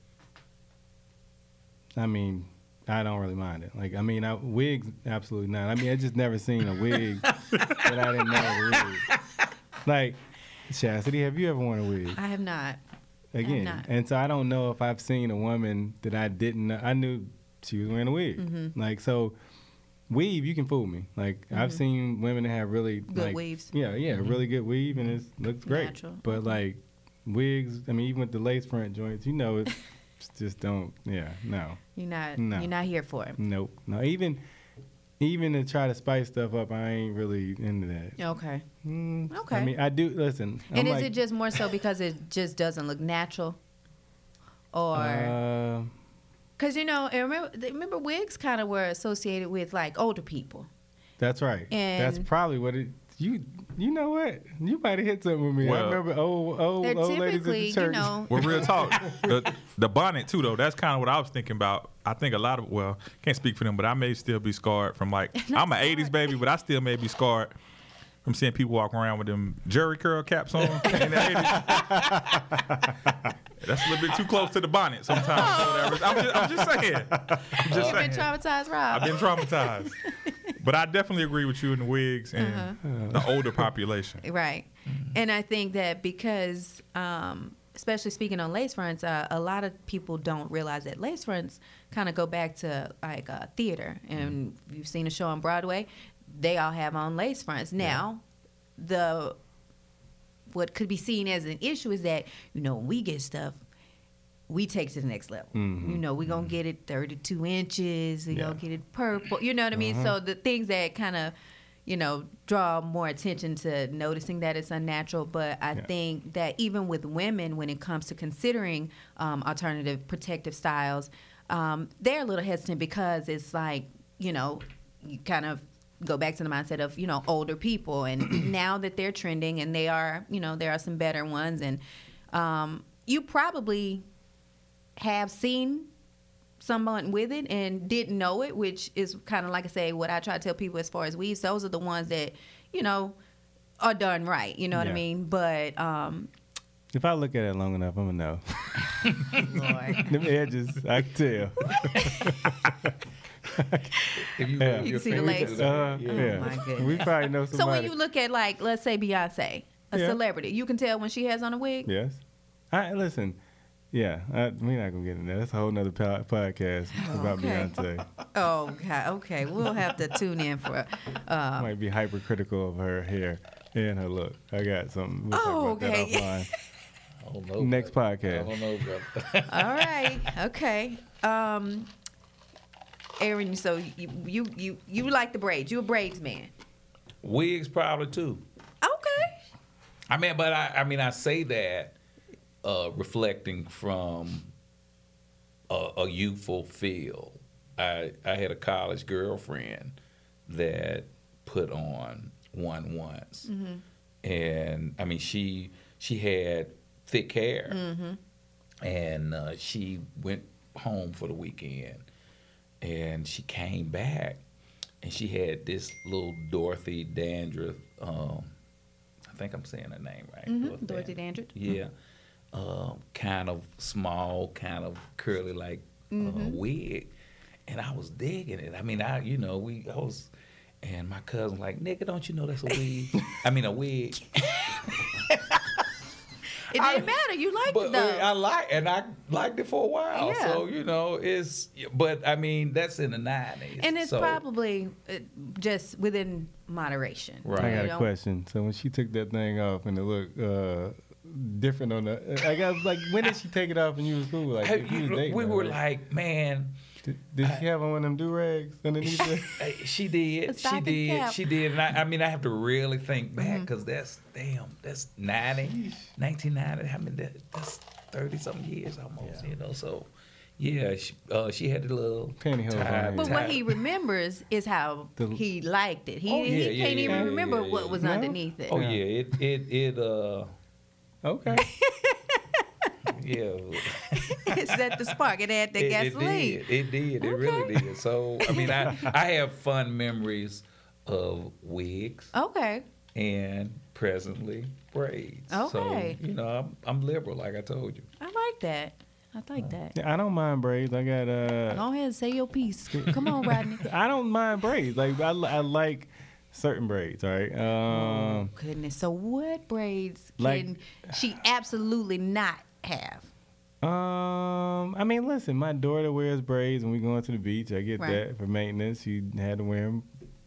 [SPEAKER 2] I mean, I don't really mind it. Like, I mean, I, wigs, absolutely not. I mean, I just never seen
[SPEAKER 1] [laughs]
[SPEAKER 2] a wig that I didn't know was a wig. Like, Chastity, have you ever worn a wig?
[SPEAKER 1] i have not
[SPEAKER 2] again.
[SPEAKER 1] not.
[SPEAKER 2] And so I don't know if I've seen a woman that I didn't know. I knew she was wearing a wig.
[SPEAKER 1] Mm-hmm.
[SPEAKER 2] Like so weave, you can fool me. Like I've seen women that have really
[SPEAKER 1] Good
[SPEAKER 2] like,
[SPEAKER 1] weaves. Mm-hmm.
[SPEAKER 2] Yeah, yeah, really good weave and it looks great.
[SPEAKER 1] Natural. Mm-hmm.
[SPEAKER 2] But like wigs, I mean even with the lace front joints, you
[SPEAKER 1] [laughs]
[SPEAKER 2] know it just don't yeah, no.
[SPEAKER 1] you're not
[SPEAKER 2] No.
[SPEAKER 1] you're not here for it
[SPEAKER 2] Nope. No even even to try to spice stuff up, I ain't really into that.
[SPEAKER 1] okay
[SPEAKER 2] Mm,
[SPEAKER 1] Okay.
[SPEAKER 2] I mean, I do listen. I'm
[SPEAKER 1] and is
[SPEAKER 2] like,
[SPEAKER 1] it just more so because it just doesn't look natural, or
[SPEAKER 2] uh,
[SPEAKER 1] because you know, and remember, remember wigs kind of were associated with like older people.
[SPEAKER 2] That's right. That's
[SPEAKER 1] And-
[SPEAKER 2] probably what it. You you know what? You might have hit something with me. I
[SPEAKER 5] Well-
[SPEAKER 2] remember old old
[SPEAKER 1] They're
[SPEAKER 2] old ladies at
[SPEAKER 1] typically,
[SPEAKER 2] the
[SPEAKER 1] you
[SPEAKER 2] church.
[SPEAKER 1] know,
[SPEAKER 5] [laughs] Well, real talk, the, the bonnet too, though. That's kind of what I was thinking about. I think a lot of well, can't speak for them, but I may still be scarred from
[SPEAKER 1] [laughs]
[SPEAKER 5] like I'm an '80s baby, but I still may be scarred from seeing people walk around with them jerry curl caps on. in the 80s. [laughs] That's a little bit too close to the bonnet sometimes. or whatever. I'm just, I'm just saying. I'm just
[SPEAKER 1] you've been
[SPEAKER 5] saying.
[SPEAKER 1] traumatized, Rob.
[SPEAKER 5] I've been traumatized, but I definitely agree with you in the wigs and
[SPEAKER 1] Uh-huh.
[SPEAKER 5] the older population.
[SPEAKER 1] [laughs] Right.
[SPEAKER 5] Mm-hmm.
[SPEAKER 1] And I think that because, um, especially speaking on lace fronts, uh, a lot of people don't realize that lace fronts kind of go back to like uh, theater. And
[SPEAKER 5] Mm-hmm.
[SPEAKER 1] you've seen a show on Broadway, they all have on lace fronts. Now, the what could be seen as an issue is that, you know, when we get stuff, we take it to the next level. You know, we're going to get it 32 inches, we're
[SPEAKER 2] Mm-hmm. Yeah. Mm-hmm.
[SPEAKER 1] going to get it purple. You know what I mean? So the things that kind of, you know, draw more attention to noticing that it's unnatural. But I
[SPEAKER 2] Yeah.
[SPEAKER 1] think that even with women, when it comes to considering um, alternative protective styles, um, they're a little hesitant because it's like, you know, you kind of go back to the mindset of you know older people
[SPEAKER 2] [clears throat]
[SPEAKER 1] and now that they're trending and they are you know there are some better ones and um, you probably have seen someone with it and didn't know it, which is kind of like I say, what I try to tell people as far as weaves, those are the ones that, you know, are done right. You know what I
[SPEAKER 2] Yeah.
[SPEAKER 1] mean? But, um,
[SPEAKER 2] If I look at it long enough, I'm gonna know. [laughs]
[SPEAKER 1] Lord.
[SPEAKER 2] Them edges, I can tell. Yeah.
[SPEAKER 4] If you, if
[SPEAKER 1] You
[SPEAKER 4] your
[SPEAKER 1] can see the
[SPEAKER 4] fingers
[SPEAKER 1] legs. Oh,
[SPEAKER 4] are-
[SPEAKER 2] Uh,
[SPEAKER 4] Uh-huh. yeah.
[SPEAKER 2] yeah.
[SPEAKER 1] my goodness.
[SPEAKER 2] We probably know
[SPEAKER 1] So when
[SPEAKER 2] somebody.
[SPEAKER 1] you look at like, let's say Beyonce, a
[SPEAKER 2] Yeah.
[SPEAKER 1] celebrity, you can tell when she has on a wig.
[SPEAKER 2] yes. I listen. Yeah, I, we're not gonna get into that. That's a whole nother po- podcast about
[SPEAKER 1] Okay.
[SPEAKER 2] Beyonce.
[SPEAKER 1] Oh, God. Okay, we'll have to tune in for. uh,
[SPEAKER 2] I might be hypercritical of her hair and her look. I got something. We'll
[SPEAKER 1] Oh,
[SPEAKER 2] talk about that
[SPEAKER 1] okay.
[SPEAKER 2] offline.
[SPEAKER 4] I don't know,
[SPEAKER 2] Next
[SPEAKER 4] brother.
[SPEAKER 2] podcast.
[SPEAKER 4] I don't know, brother. [laughs]
[SPEAKER 1] All right. Okay. Um, Aaron, so you you you, you like the braids? You a braids man?
[SPEAKER 4] Wigs probably too.
[SPEAKER 1] Okay.
[SPEAKER 4] I mean, but I, I mean, I say that uh, reflecting from a, a youthful feel. I I had a college girlfriend that put on one once, and I mean, she she had thick hair, and uh, she went home for the weekend, and she came back, and she had this little Dorothy Dandruff. Um, I think I'm saying her name right.
[SPEAKER 1] Mm-hmm. Dorothy Dandridge.
[SPEAKER 4] Yeah. Um, kind of small, kind of curly like uh,
[SPEAKER 1] Mm-hmm.
[SPEAKER 4] wig. And I was digging it. I mean, I, you know, we, I was, and my cousin like, nigga, don't you know that's
[SPEAKER 1] [laughs]
[SPEAKER 4] a wig? I mean, a wig.
[SPEAKER 1] It
[SPEAKER 4] I-
[SPEAKER 1] didn't matter. You liked
[SPEAKER 4] But
[SPEAKER 1] it though.
[SPEAKER 4] uh, I like, and I liked it for a while.
[SPEAKER 1] Yeah.
[SPEAKER 4] So, you know, it's, but I mean, that's in the 90s.
[SPEAKER 1] and it's
[SPEAKER 4] so,
[SPEAKER 1] probably uh, just within moderation.
[SPEAKER 4] Right.
[SPEAKER 2] I got
[SPEAKER 1] You
[SPEAKER 2] a
[SPEAKER 1] know?
[SPEAKER 2] question. So when she took that thing off and it looked uh, different on the, I got like, when did she take it off and you was cool? Like,
[SPEAKER 4] Have
[SPEAKER 2] if you
[SPEAKER 4] you-
[SPEAKER 2] was dating
[SPEAKER 4] we
[SPEAKER 2] her,
[SPEAKER 4] were like, man,
[SPEAKER 2] did, did she have on one of them do rags underneath
[SPEAKER 4] [laughs]
[SPEAKER 2] it?
[SPEAKER 4] Uh, she did.
[SPEAKER 1] It's
[SPEAKER 4] She
[SPEAKER 1] back in
[SPEAKER 4] did.
[SPEAKER 1] camp. Mm-hmm.
[SPEAKER 4] She did. And I, I mean, I have to really think back because that's damn. That's 90, 1990. I mean, that, that's thirty something years almost. You know, so yeah, she, uh, she had the little
[SPEAKER 2] Pantyhose on
[SPEAKER 4] tie-
[SPEAKER 2] her.
[SPEAKER 1] But
[SPEAKER 4] tie-
[SPEAKER 1] what he remembers is how
[SPEAKER 2] The-
[SPEAKER 1] he liked it. He,
[SPEAKER 4] Oh,
[SPEAKER 1] he
[SPEAKER 4] yeah, yeah,
[SPEAKER 1] can't
[SPEAKER 4] yeah,
[SPEAKER 1] even
[SPEAKER 4] yeah,
[SPEAKER 1] remember
[SPEAKER 4] yeah, yeah,
[SPEAKER 1] what
[SPEAKER 4] yeah.
[SPEAKER 1] was
[SPEAKER 2] No?
[SPEAKER 1] underneath it.
[SPEAKER 4] Oh yeah, it it it uh
[SPEAKER 2] Okay.
[SPEAKER 1] [laughs]
[SPEAKER 4] yeah.
[SPEAKER 1] it set the spark. It had that
[SPEAKER 4] [laughs] it, it
[SPEAKER 1] gasoline.
[SPEAKER 4] did. It did. It really did. So I mean, I I have fun memories of wigs.
[SPEAKER 1] Okay.
[SPEAKER 4] and presently braids.
[SPEAKER 1] Okay.
[SPEAKER 4] So, you know, I'm, I'm liberal, like I told you.
[SPEAKER 1] I like that. I
[SPEAKER 4] Uh,
[SPEAKER 1] like that.
[SPEAKER 2] Yeah, I don't mind braids. I got uh,
[SPEAKER 1] Go ahead and say your piece. Come on,
[SPEAKER 4] [laughs]
[SPEAKER 1] Rodney.
[SPEAKER 2] I don't mind braids. Like I, li- I like certain braids. All right. Um,
[SPEAKER 1] Goodness. So what braids can
[SPEAKER 2] Like-
[SPEAKER 1] she absolutely not have?
[SPEAKER 2] um, I mean, listen, my daughter wears braids when we going to the beach. I get
[SPEAKER 1] Right.
[SPEAKER 2] that for maintenance. She had to wear them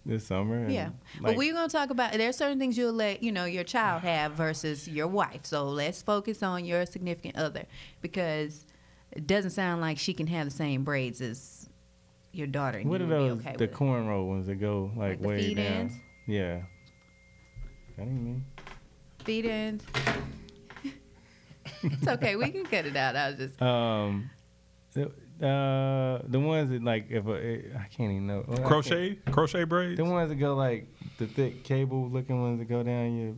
[SPEAKER 2] this summer. and,
[SPEAKER 1] Yeah. but
[SPEAKER 2] like,
[SPEAKER 1] we're gonna talk about there's certain things you'll let, you know, your
[SPEAKER 2] [sighs]
[SPEAKER 1] child have versus your wife. So let's focus on your significant other because it doesn't sound like she can have the same braids as your daughter. And
[SPEAKER 2] What
[SPEAKER 1] you
[SPEAKER 2] are
[SPEAKER 1] would be
[SPEAKER 2] those
[SPEAKER 1] okay
[SPEAKER 2] the
[SPEAKER 1] with it.
[SPEAKER 2] cornrow ones that go like,
[SPEAKER 1] Like the
[SPEAKER 2] way
[SPEAKER 1] feed
[SPEAKER 2] down?
[SPEAKER 1] ends?
[SPEAKER 2] Yeah. I didn't mean.
[SPEAKER 1] feet in? [laughs] it's okay, we can cut it out. I was just
[SPEAKER 2] Um, the, uh, the ones that like if a, eh, I can't even know Well, I can't-
[SPEAKER 5] Crochet, crochet braids.
[SPEAKER 2] The ones that go like the thick cable looking ones that go down your,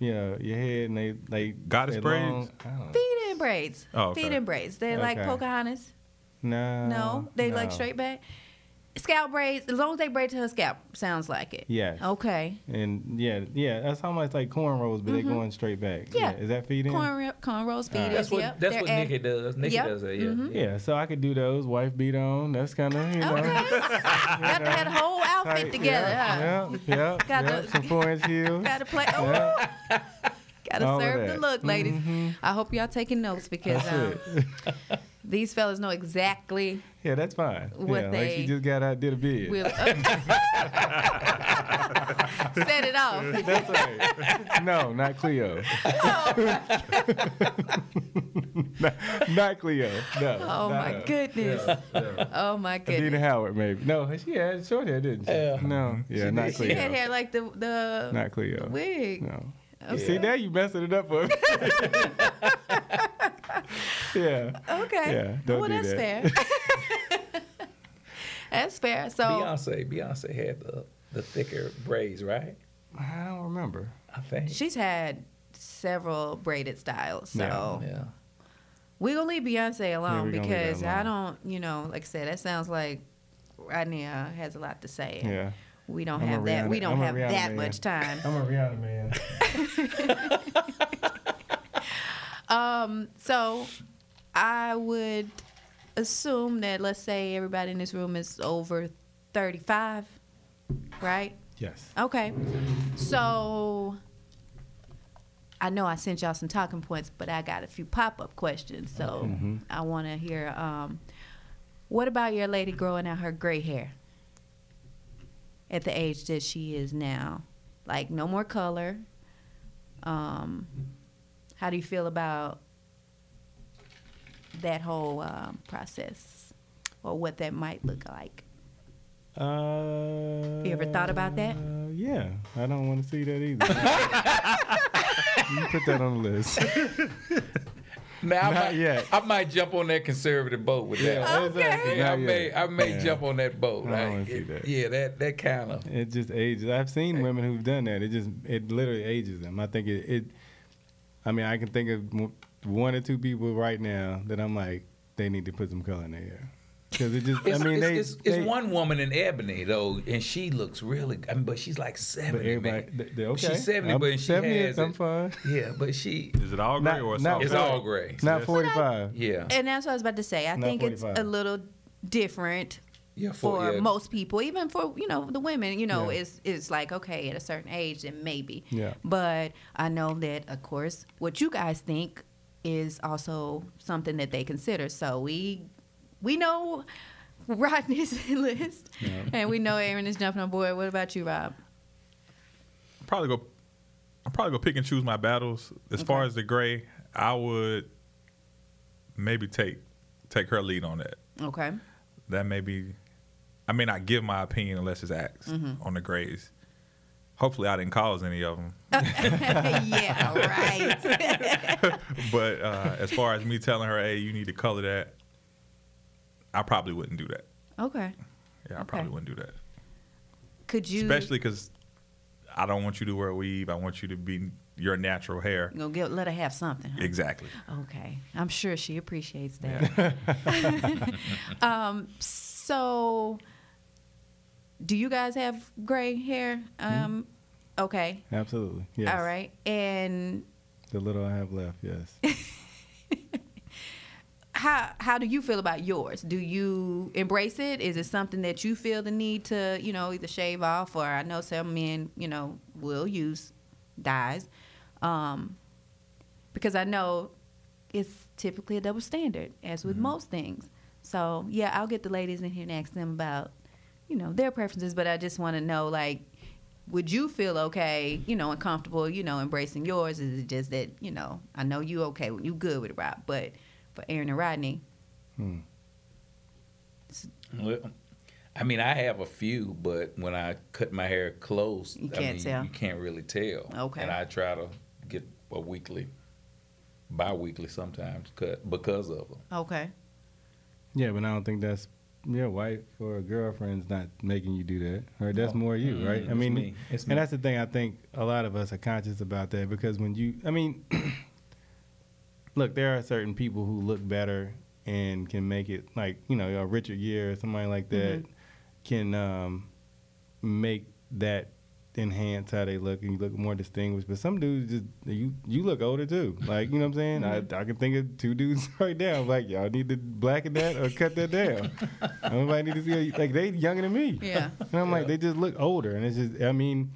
[SPEAKER 2] you know, your head and they they
[SPEAKER 5] Goddess
[SPEAKER 2] they
[SPEAKER 5] braids?
[SPEAKER 2] long- I don't
[SPEAKER 1] feet in braids.
[SPEAKER 5] Oh, okay.
[SPEAKER 1] Feet in braids. They're like
[SPEAKER 2] Okay.
[SPEAKER 1] Pocahontas.
[SPEAKER 2] No.
[SPEAKER 1] No, they like
[SPEAKER 2] no.
[SPEAKER 1] straight back. Scalp braids, as long as they braid to her scalp, sounds like it.
[SPEAKER 2] Yes.
[SPEAKER 1] Okay.
[SPEAKER 2] And yeah, yeah, that's how much like cornrows, but they're going straight back.
[SPEAKER 1] Mm-hmm. Yeah.
[SPEAKER 2] Is that feeding?
[SPEAKER 1] Corn, cornrows, feet.
[SPEAKER 4] That's what
[SPEAKER 1] yep.
[SPEAKER 4] that's
[SPEAKER 1] they're
[SPEAKER 4] what
[SPEAKER 1] add-
[SPEAKER 4] Nikki does. Nikki
[SPEAKER 1] Yep. Mm-hmm.
[SPEAKER 4] does that, yeah.
[SPEAKER 2] yeah, so I could do those. Wife beat on. That's kind of [laughs] you know.
[SPEAKER 1] [laughs] Okay. Got to have the whole outfit
[SPEAKER 2] tight,
[SPEAKER 1] together. huh?
[SPEAKER 2] Yeah. Yep. Yep.
[SPEAKER 1] [laughs] Gotta-
[SPEAKER 2] yep, Some four
[SPEAKER 1] [laughs]
[SPEAKER 2] inch heels.
[SPEAKER 1] Got to play. Oh,
[SPEAKER 2] Yeah,
[SPEAKER 1] got to
[SPEAKER 2] all of
[SPEAKER 1] serve the
[SPEAKER 2] that. Mm-hmm.
[SPEAKER 1] look, ladies. I hope y'all taking notes because um,
[SPEAKER 2] that's it.
[SPEAKER 1] these fellas know exactly
[SPEAKER 2] Yeah, that's fine.
[SPEAKER 1] What
[SPEAKER 2] yeah, like
[SPEAKER 1] they-
[SPEAKER 2] she just got out did a bid. [laughs]
[SPEAKER 1] will. [laughs] Set it off.
[SPEAKER 2] That's all
[SPEAKER 1] [laughs]
[SPEAKER 2] right. no, not Cleo.
[SPEAKER 1] Oh.
[SPEAKER 2] [laughs] not, not Cleo. No.
[SPEAKER 1] Oh
[SPEAKER 2] not
[SPEAKER 1] my
[SPEAKER 2] her.
[SPEAKER 1] goodness. Oh my
[SPEAKER 2] Dina
[SPEAKER 1] goodness.
[SPEAKER 2] Howard, maybe. No, she had short hair, didn't she?
[SPEAKER 4] Yeah.
[SPEAKER 2] No. Yeah, not
[SPEAKER 1] She had
[SPEAKER 2] Cleo.
[SPEAKER 1] hair like the the
[SPEAKER 2] Not Cleo.
[SPEAKER 1] wig.
[SPEAKER 2] No.
[SPEAKER 1] Okay.
[SPEAKER 2] See, now you messing it up for
[SPEAKER 1] [laughs]
[SPEAKER 2] me. [laughs] yeah.
[SPEAKER 1] Okay.
[SPEAKER 2] Yeah, don't
[SPEAKER 1] well,
[SPEAKER 2] do
[SPEAKER 1] that's
[SPEAKER 2] that.
[SPEAKER 1] fair.
[SPEAKER 2] [laughs]
[SPEAKER 1] [laughs] that's fair. So
[SPEAKER 4] Beyonce, Beyonce had the, the thicker braids, right?
[SPEAKER 2] I don't remember.
[SPEAKER 4] I think.
[SPEAKER 1] she's had several braided styles. So
[SPEAKER 4] yeah.
[SPEAKER 1] we're gonna leave Beyonce alone
[SPEAKER 2] we gonna leave that
[SPEAKER 1] because I
[SPEAKER 2] alone.
[SPEAKER 1] don't, you know, like I said, that sounds like Rodney uh, has a lot to say. and
[SPEAKER 2] Yeah.
[SPEAKER 1] We don't
[SPEAKER 2] I'm a
[SPEAKER 1] have that. We
[SPEAKER 2] Rihanna-
[SPEAKER 1] don't
[SPEAKER 2] I'm a
[SPEAKER 1] have
[SPEAKER 2] Rihanna
[SPEAKER 1] that
[SPEAKER 2] man. [laughs]
[SPEAKER 1] much time.
[SPEAKER 2] I'm a Rihanna man.
[SPEAKER 1] Um, so I would assume that let's say everybody in this room is over 35, right?
[SPEAKER 2] Yes.
[SPEAKER 1] Okay. So I know I sent y'all some talking points, but I got a few pop up questions. So I want to hear um, what about your lady growing out her gray hair at the age that she is now? Like, no more color. Um, how do you feel about that whole um, process or what that might look like?
[SPEAKER 2] Uh,
[SPEAKER 1] You ever thought about that?
[SPEAKER 2] Yeah, I don't want to see that either. [laughs] you put that on the list.
[SPEAKER 4] Now,
[SPEAKER 2] Not
[SPEAKER 4] I might,
[SPEAKER 2] yet.
[SPEAKER 4] I might jump on that conservative boat with that.
[SPEAKER 2] Yeah, exactly.
[SPEAKER 4] [laughs] Yeah, I
[SPEAKER 2] Not
[SPEAKER 4] may,
[SPEAKER 2] yet.
[SPEAKER 4] I may
[SPEAKER 2] Yeah.
[SPEAKER 4] jump on that boat.
[SPEAKER 2] I
[SPEAKER 4] Like,
[SPEAKER 2] wanna see
[SPEAKER 4] it-
[SPEAKER 2] that.
[SPEAKER 4] Yeah, that that kind of.
[SPEAKER 2] It just ages. I've seen women who've done that. It just it literally ages them. I think it. it I mean, I can think of mo- one or two people right now that I'm like they need to put some color in their hair because it just.
[SPEAKER 4] It's,
[SPEAKER 2] I mean,
[SPEAKER 4] it's,
[SPEAKER 2] they.
[SPEAKER 4] it's, it's
[SPEAKER 2] they-
[SPEAKER 4] one woman in Ebony though, and she looks really. I mean, but she's like
[SPEAKER 2] But
[SPEAKER 4] seventy.
[SPEAKER 2] everybody,
[SPEAKER 4] man.
[SPEAKER 2] th- th- okay.
[SPEAKER 4] She's 70,
[SPEAKER 2] I'm
[SPEAKER 4] but she
[SPEAKER 2] 70,
[SPEAKER 4] has
[SPEAKER 2] I'm
[SPEAKER 4] it.
[SPEAKER 2] fine.
[SPEAKER 4] Yeah, but she.
[SPEAKER 5] Is it all gray or it's
[SPEAKER 2] not-
[SPEAKER 5] all
[SPEAKER 4] It's
[SPEAKER 2] Okay.
[SPEAKER 5] black?
[SPEAKER 4] all gray.
[SPEAKER 2] Not
[SPEAKER 5] Yes.
[SPEAKER 2] 45.
[SPEAKER 4] Yeah.
[SPEAKER 1] And that's what I was about to say. I
[SPEAKER 2] Not
[SPEAKER 1] think it's
[SPEAKER 2] 45.
[SPEAKER 1] a little different
[SPEAKER 4] Yeah.
[SPEAKER 1] for
[SPEAKER 4] yeah.
[SPEAKER 1] most people, even for you know the women. You know,
[SPEAKER 2] Yeah.
[SPEAKER 1] it's it's like okay at a certain age, then maybe.
[SPEAKER 2] Yeah.
[SPEAKER 1] But I know that of course what you guys think is also something that they consider. So we we know Rodney's [laughs] list, and we know Aaron is jumping on board. What about you, Rob?
[SPEAKER 5] probably go I'm probably gonna pick and choose my battles. As far as the gray, I would maybe take take her lead on that.
[SPEAKER 1] Okay.
[SPEAKER 5] That may be I may not give my opinion unless it's asked
[SPEAKER 1] Mm-hmm.
[SPEAKER 5] on the grays. Hopefully I didn't cause any of
[SPEAKER 1] [laughs]
[SPEAKER 5] them.
[SPEAKER 1] [laughs] yeah. Right.
[SPEAKER 5] But uh, as far as me telling her, hey, you need to color that, I probably wouldn't do that.
[SPEAKER 1] Okay.
[SPEAKER 5] Yeah, I
[SPEAKER 1] Okay.
[SPEAKER 5] probably wouldn't do that.
[SPEAKER 1] Could you
[SPEAKER 5] Especially because I don't want you to wear a weave. I want you to be your natural hair.
[SPEAKER 1] Gonna give, let her have something. huh?
[SPEAKER 5] Exactly.
[SPEAKER 1] Okay, I'm sure she appreciates that. [laughs] um, so, do you guys have gray hair? Um, Okay,
[SPEAKER 2] Absolutely. Yes.
[SPEAKER 1] all right. And
[SPEAKER 2] The little I have left. Yes.
[SPEAKER 4] [laughs]
[SPEAKER 1] how how do you feel about yours? Do you embrace it? Is it something that you feel the need to, you know, either shave off or I know some men, you know, will use dyes, um, because I know it's typically a double standard, as with most things. So yeah, I'll get the ladies in here and ask them about, you know, their preferences. But I just want to know, like, would you feel okay, you know, and comfortable, you know, embracing yours? Is it just that, you know, I know you okay, you good with it, Rob, but for Aaron and Rodney.
[SPEAKER 4] Well, I mean, I have a few, but when I cut my hair close,
[SPEAKER 1] You
[SPEAKER 4] I
[SPEAKER 1] can't
[SPEAKER 4] mean,
[SPEAKER 1] tell.
[SPEAKER 4] You can't really tell.
[SPEAKER 1] Okay.
[SPEAKER 4] And I try to get a weekly, bi-weekly sometimes cut because of them.
[SPEAKER 1] Okay.
[SPEAKER 2] Yeah, but I don't think that's your wife or a girlfriend's not making you do that. Or that's more you, right? I
[SPEAKER 4] it's
[SPEAKER 2] mean,
[SPEAKER 4] me. It's me.
[SPEAKER 2] and that's the thing. I think a lot of us are conscious about that because when you, I mean, [clears throat] look, there are certain people who look better and can make it, like you know, a Richard Gere or somebody like that
[SPEAKER 4] Mm-hmm.
[SPEAKER 2] can um, make that enhance how they look and you look more distinguished. But some dudes just you you look older too. Like you know what I'm saying? I, I can think of two dudes [laughs] right now. I'm like y'all need to blacken that or cut that down. Nobody need to see how you- like they younger than me.
[SPEAKER 1] Yeah.
[SPEAKER 2] And I'm like they just look older and it's just I mean.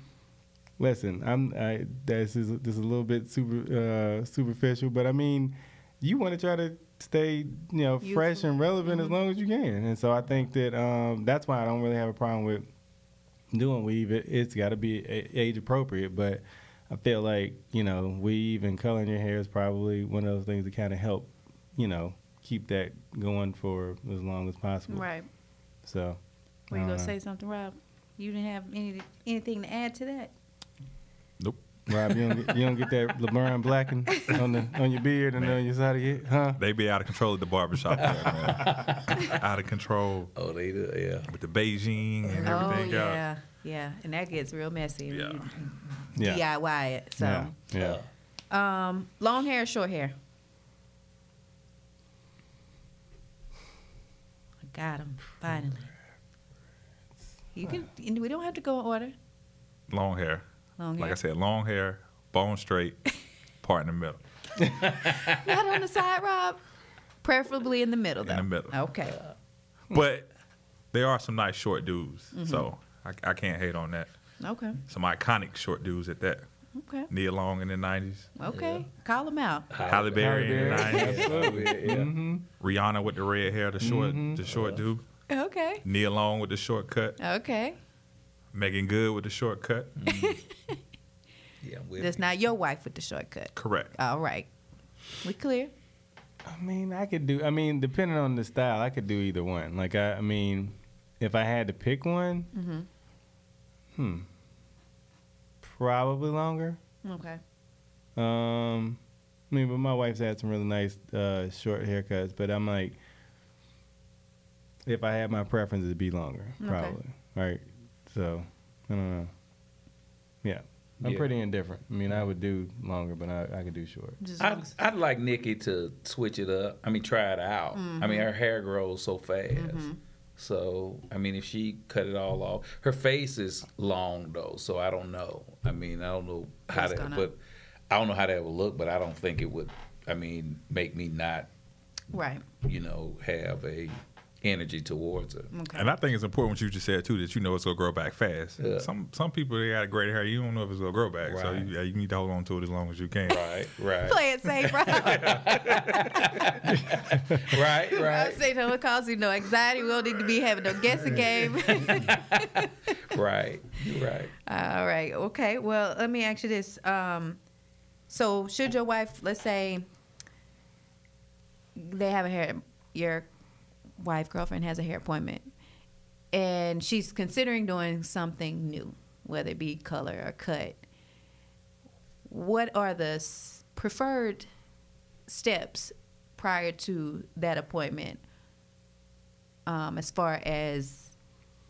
[SPEAKER 2] Listen, I'm I this is this is a little bit super uh superficial, but I mean, you want to try to stay, you know, fresh and relevant
[SPEAKER 1] Mm-hmm.
[SPEAKER 2] as long as you can. And so I think that um that's why I don't really have a problem with doing weave. It, it's got to be a- age appropriate, but I feel like, you know, weave and coloring your hair is probably one of those things that kind of help, you know, keep that going for as long as possible.
[SPEAKER 1] Right.
[SPEAKER 2] So uh,
[SPEAKER 1] Were you
[SPEAKER 2] I
[SPEAKER 1] gonna
[SPEAKER 2] don't know.
[SPEAKER 1] say something, Rob? You didn't have any anything to add to that?
[SPEAKER 5] Nope.
[SPEAKER 2] Rob, you don't get, you don't get that LeBron blacking on the on your beard and on your side of your huh?
[SPEAKER 5] They be out of control at the barbershop there, man.
[SPEAKER 1] [laughs]
[SPEAKER 5] out of control
[SPEAKER 4] Oh, they do, yeah.
[SPEAKER 5] with the Beijing and
[SPEAKER 1] Oh
[SPEAKER 5] everything else.
[SPEAKER 1] yeah, yeah, and that gets real messy. when
[SPEAKER 5] Yeah.
[SPEAKER 1] you
[SPEAKER 2] Yeah.
[SPEAKER 1] DIY it. So,
[SPEAKER 2] Yeah. yeah.
[SPEAKER 4] Uh,
[SPEAKER 1] um, long hair, or short hair. I got him finally. You can. and We don't have to go in order.
[SPEAKER 5] Long hair.
[SPEAKER 1] Long
[SPEAKER 5] Like I
[SPEAKER 1] hair.
[SPEAKER 5] said, long hair, bone straight, part in the middle.
[SPEAKER 1] Not on the side, Rob. Preferably in the middle, though.
[SPEAKER 5] the middle.
[SPEAKER 1] Okay.
[SPEAKER 5] But there are some nice short dudes.
[SPEAKER 1] Mm-hmm.
[SPEAKER 5] So I, I can't hate on that.
[SPEAKER 1] Okay.
[SPEAKER 5] Some iconic short dudes at that.
[SPEAKER 1] Okay.
[SPEAKER 5] Neil Long in the nineties,
[SPEAKER 1] Okay. Call them out.
[SPEAKER 4] Uh,
[SPEAKER 5] Halle Berry
[SPEAKER 1] [laughs]
[SPEAKER 5] in
[SPEAKER 4] [laughs]
[SPEAKER 5] the nineties,
[SPEAKER 2] Absolutely. Yeah.
[SPEAKER 5] Rihanna with the red hair, the short,
[SPEAKER 1] Mm-hmm.
[SPEAKER 5] the short dude,
[SPEAKER 1] Okay.
[SPEAKER 5] Neil Long with the shortcut,
[SPEAKER 1] Okay.
[SPEAKER 5] Megan Good with the shortcut.
[SPEAKER 4] Yeah, I'm with
[SPEAKER 1] That's
[SPEAKER 4] you.
[SPEAKER 1] not your wife with the shortcut.
[SPEAKER 5] Correct.
[SPEAKER 1] All right. We clear.
[SPEAKER 2] I mean, I could do. I mean, depending on the style, I could do either one. Like, I, I mean, if I had to pick one, hmm probably longer.
[SPEAKER 1] Okay.
[SPEAKER 2] Um, I mean, but my wife's had some really nice uh, short haircuts, but I'm like, if I had my preference, it'd be longer,
[SPEAKER 1] Okay.
[SPEAKER 2] probably. Right? So, I don't know. Yeah. I'm
[SPEAKER 4] Yeah.
[SPEAKER 2] pretty indifferent. I mean, I would do longer, but I, I could do short.
[SPEAKER 1] Just
[SPEAKER 4] I'd, I'd like Nikki to switch it up. I mean, try it out. I
[SPEAKER 1] Mm-hmm.
[SPEAKER 4] mean, her hair grows so fast. So, I mean, if she cut it all off, her face is long though. So I don't know. I mean, I don't know how
[SPEAKER 1] It's
[SPEAKER 4] that,
[SPEAKER 1] gonna-
[SPEAKER 4] but I don't know how that would look. But I don't think it would. I mean, make me not,
[SPEAKER 1] right.
[SPEAKER 4] you know, have a energy towards her.
[SPEAKER 1] Okay.
[SPEAKER 5] And I think it's important what you just said too that you know it's gonna grow back fast.
[SPEAKER 4] Yeah.
[SPEAKER 5] Some some people they got great hair, you don't know if it's gonna grow back, so
[SPEAKER 4] Right.
[SPEAKER 5] you, yeah, you need to hold on to it as long as you can.
[SPEAKER 4] Right, right,
[SPEAKER 1] Play it safe, bro.
[SPEAKER 4] [laughs]
[SPEAKER 1] [laughs]
[SPEAKER 4] right,
[SPEAKER 1] I'm
[SPEAKER 4] right,
[SPEAKER 1] saying no, it causes you no anxiety. We don't need to be having no guessing
[SPEAKER 4] [laughs]
[SPEAKER 1] game.
[SPEAKER 4] right, You're right.
[SPEAKER 1] All right. Okay. Well, let me ask you this. Um, so, should your wife, let's say, they have a hair, your wife, girlfriend has a hair appointment, and she's considering doing something new, whether it be color or cut. What are the s- preferred steps prior to that appointment, um, as far as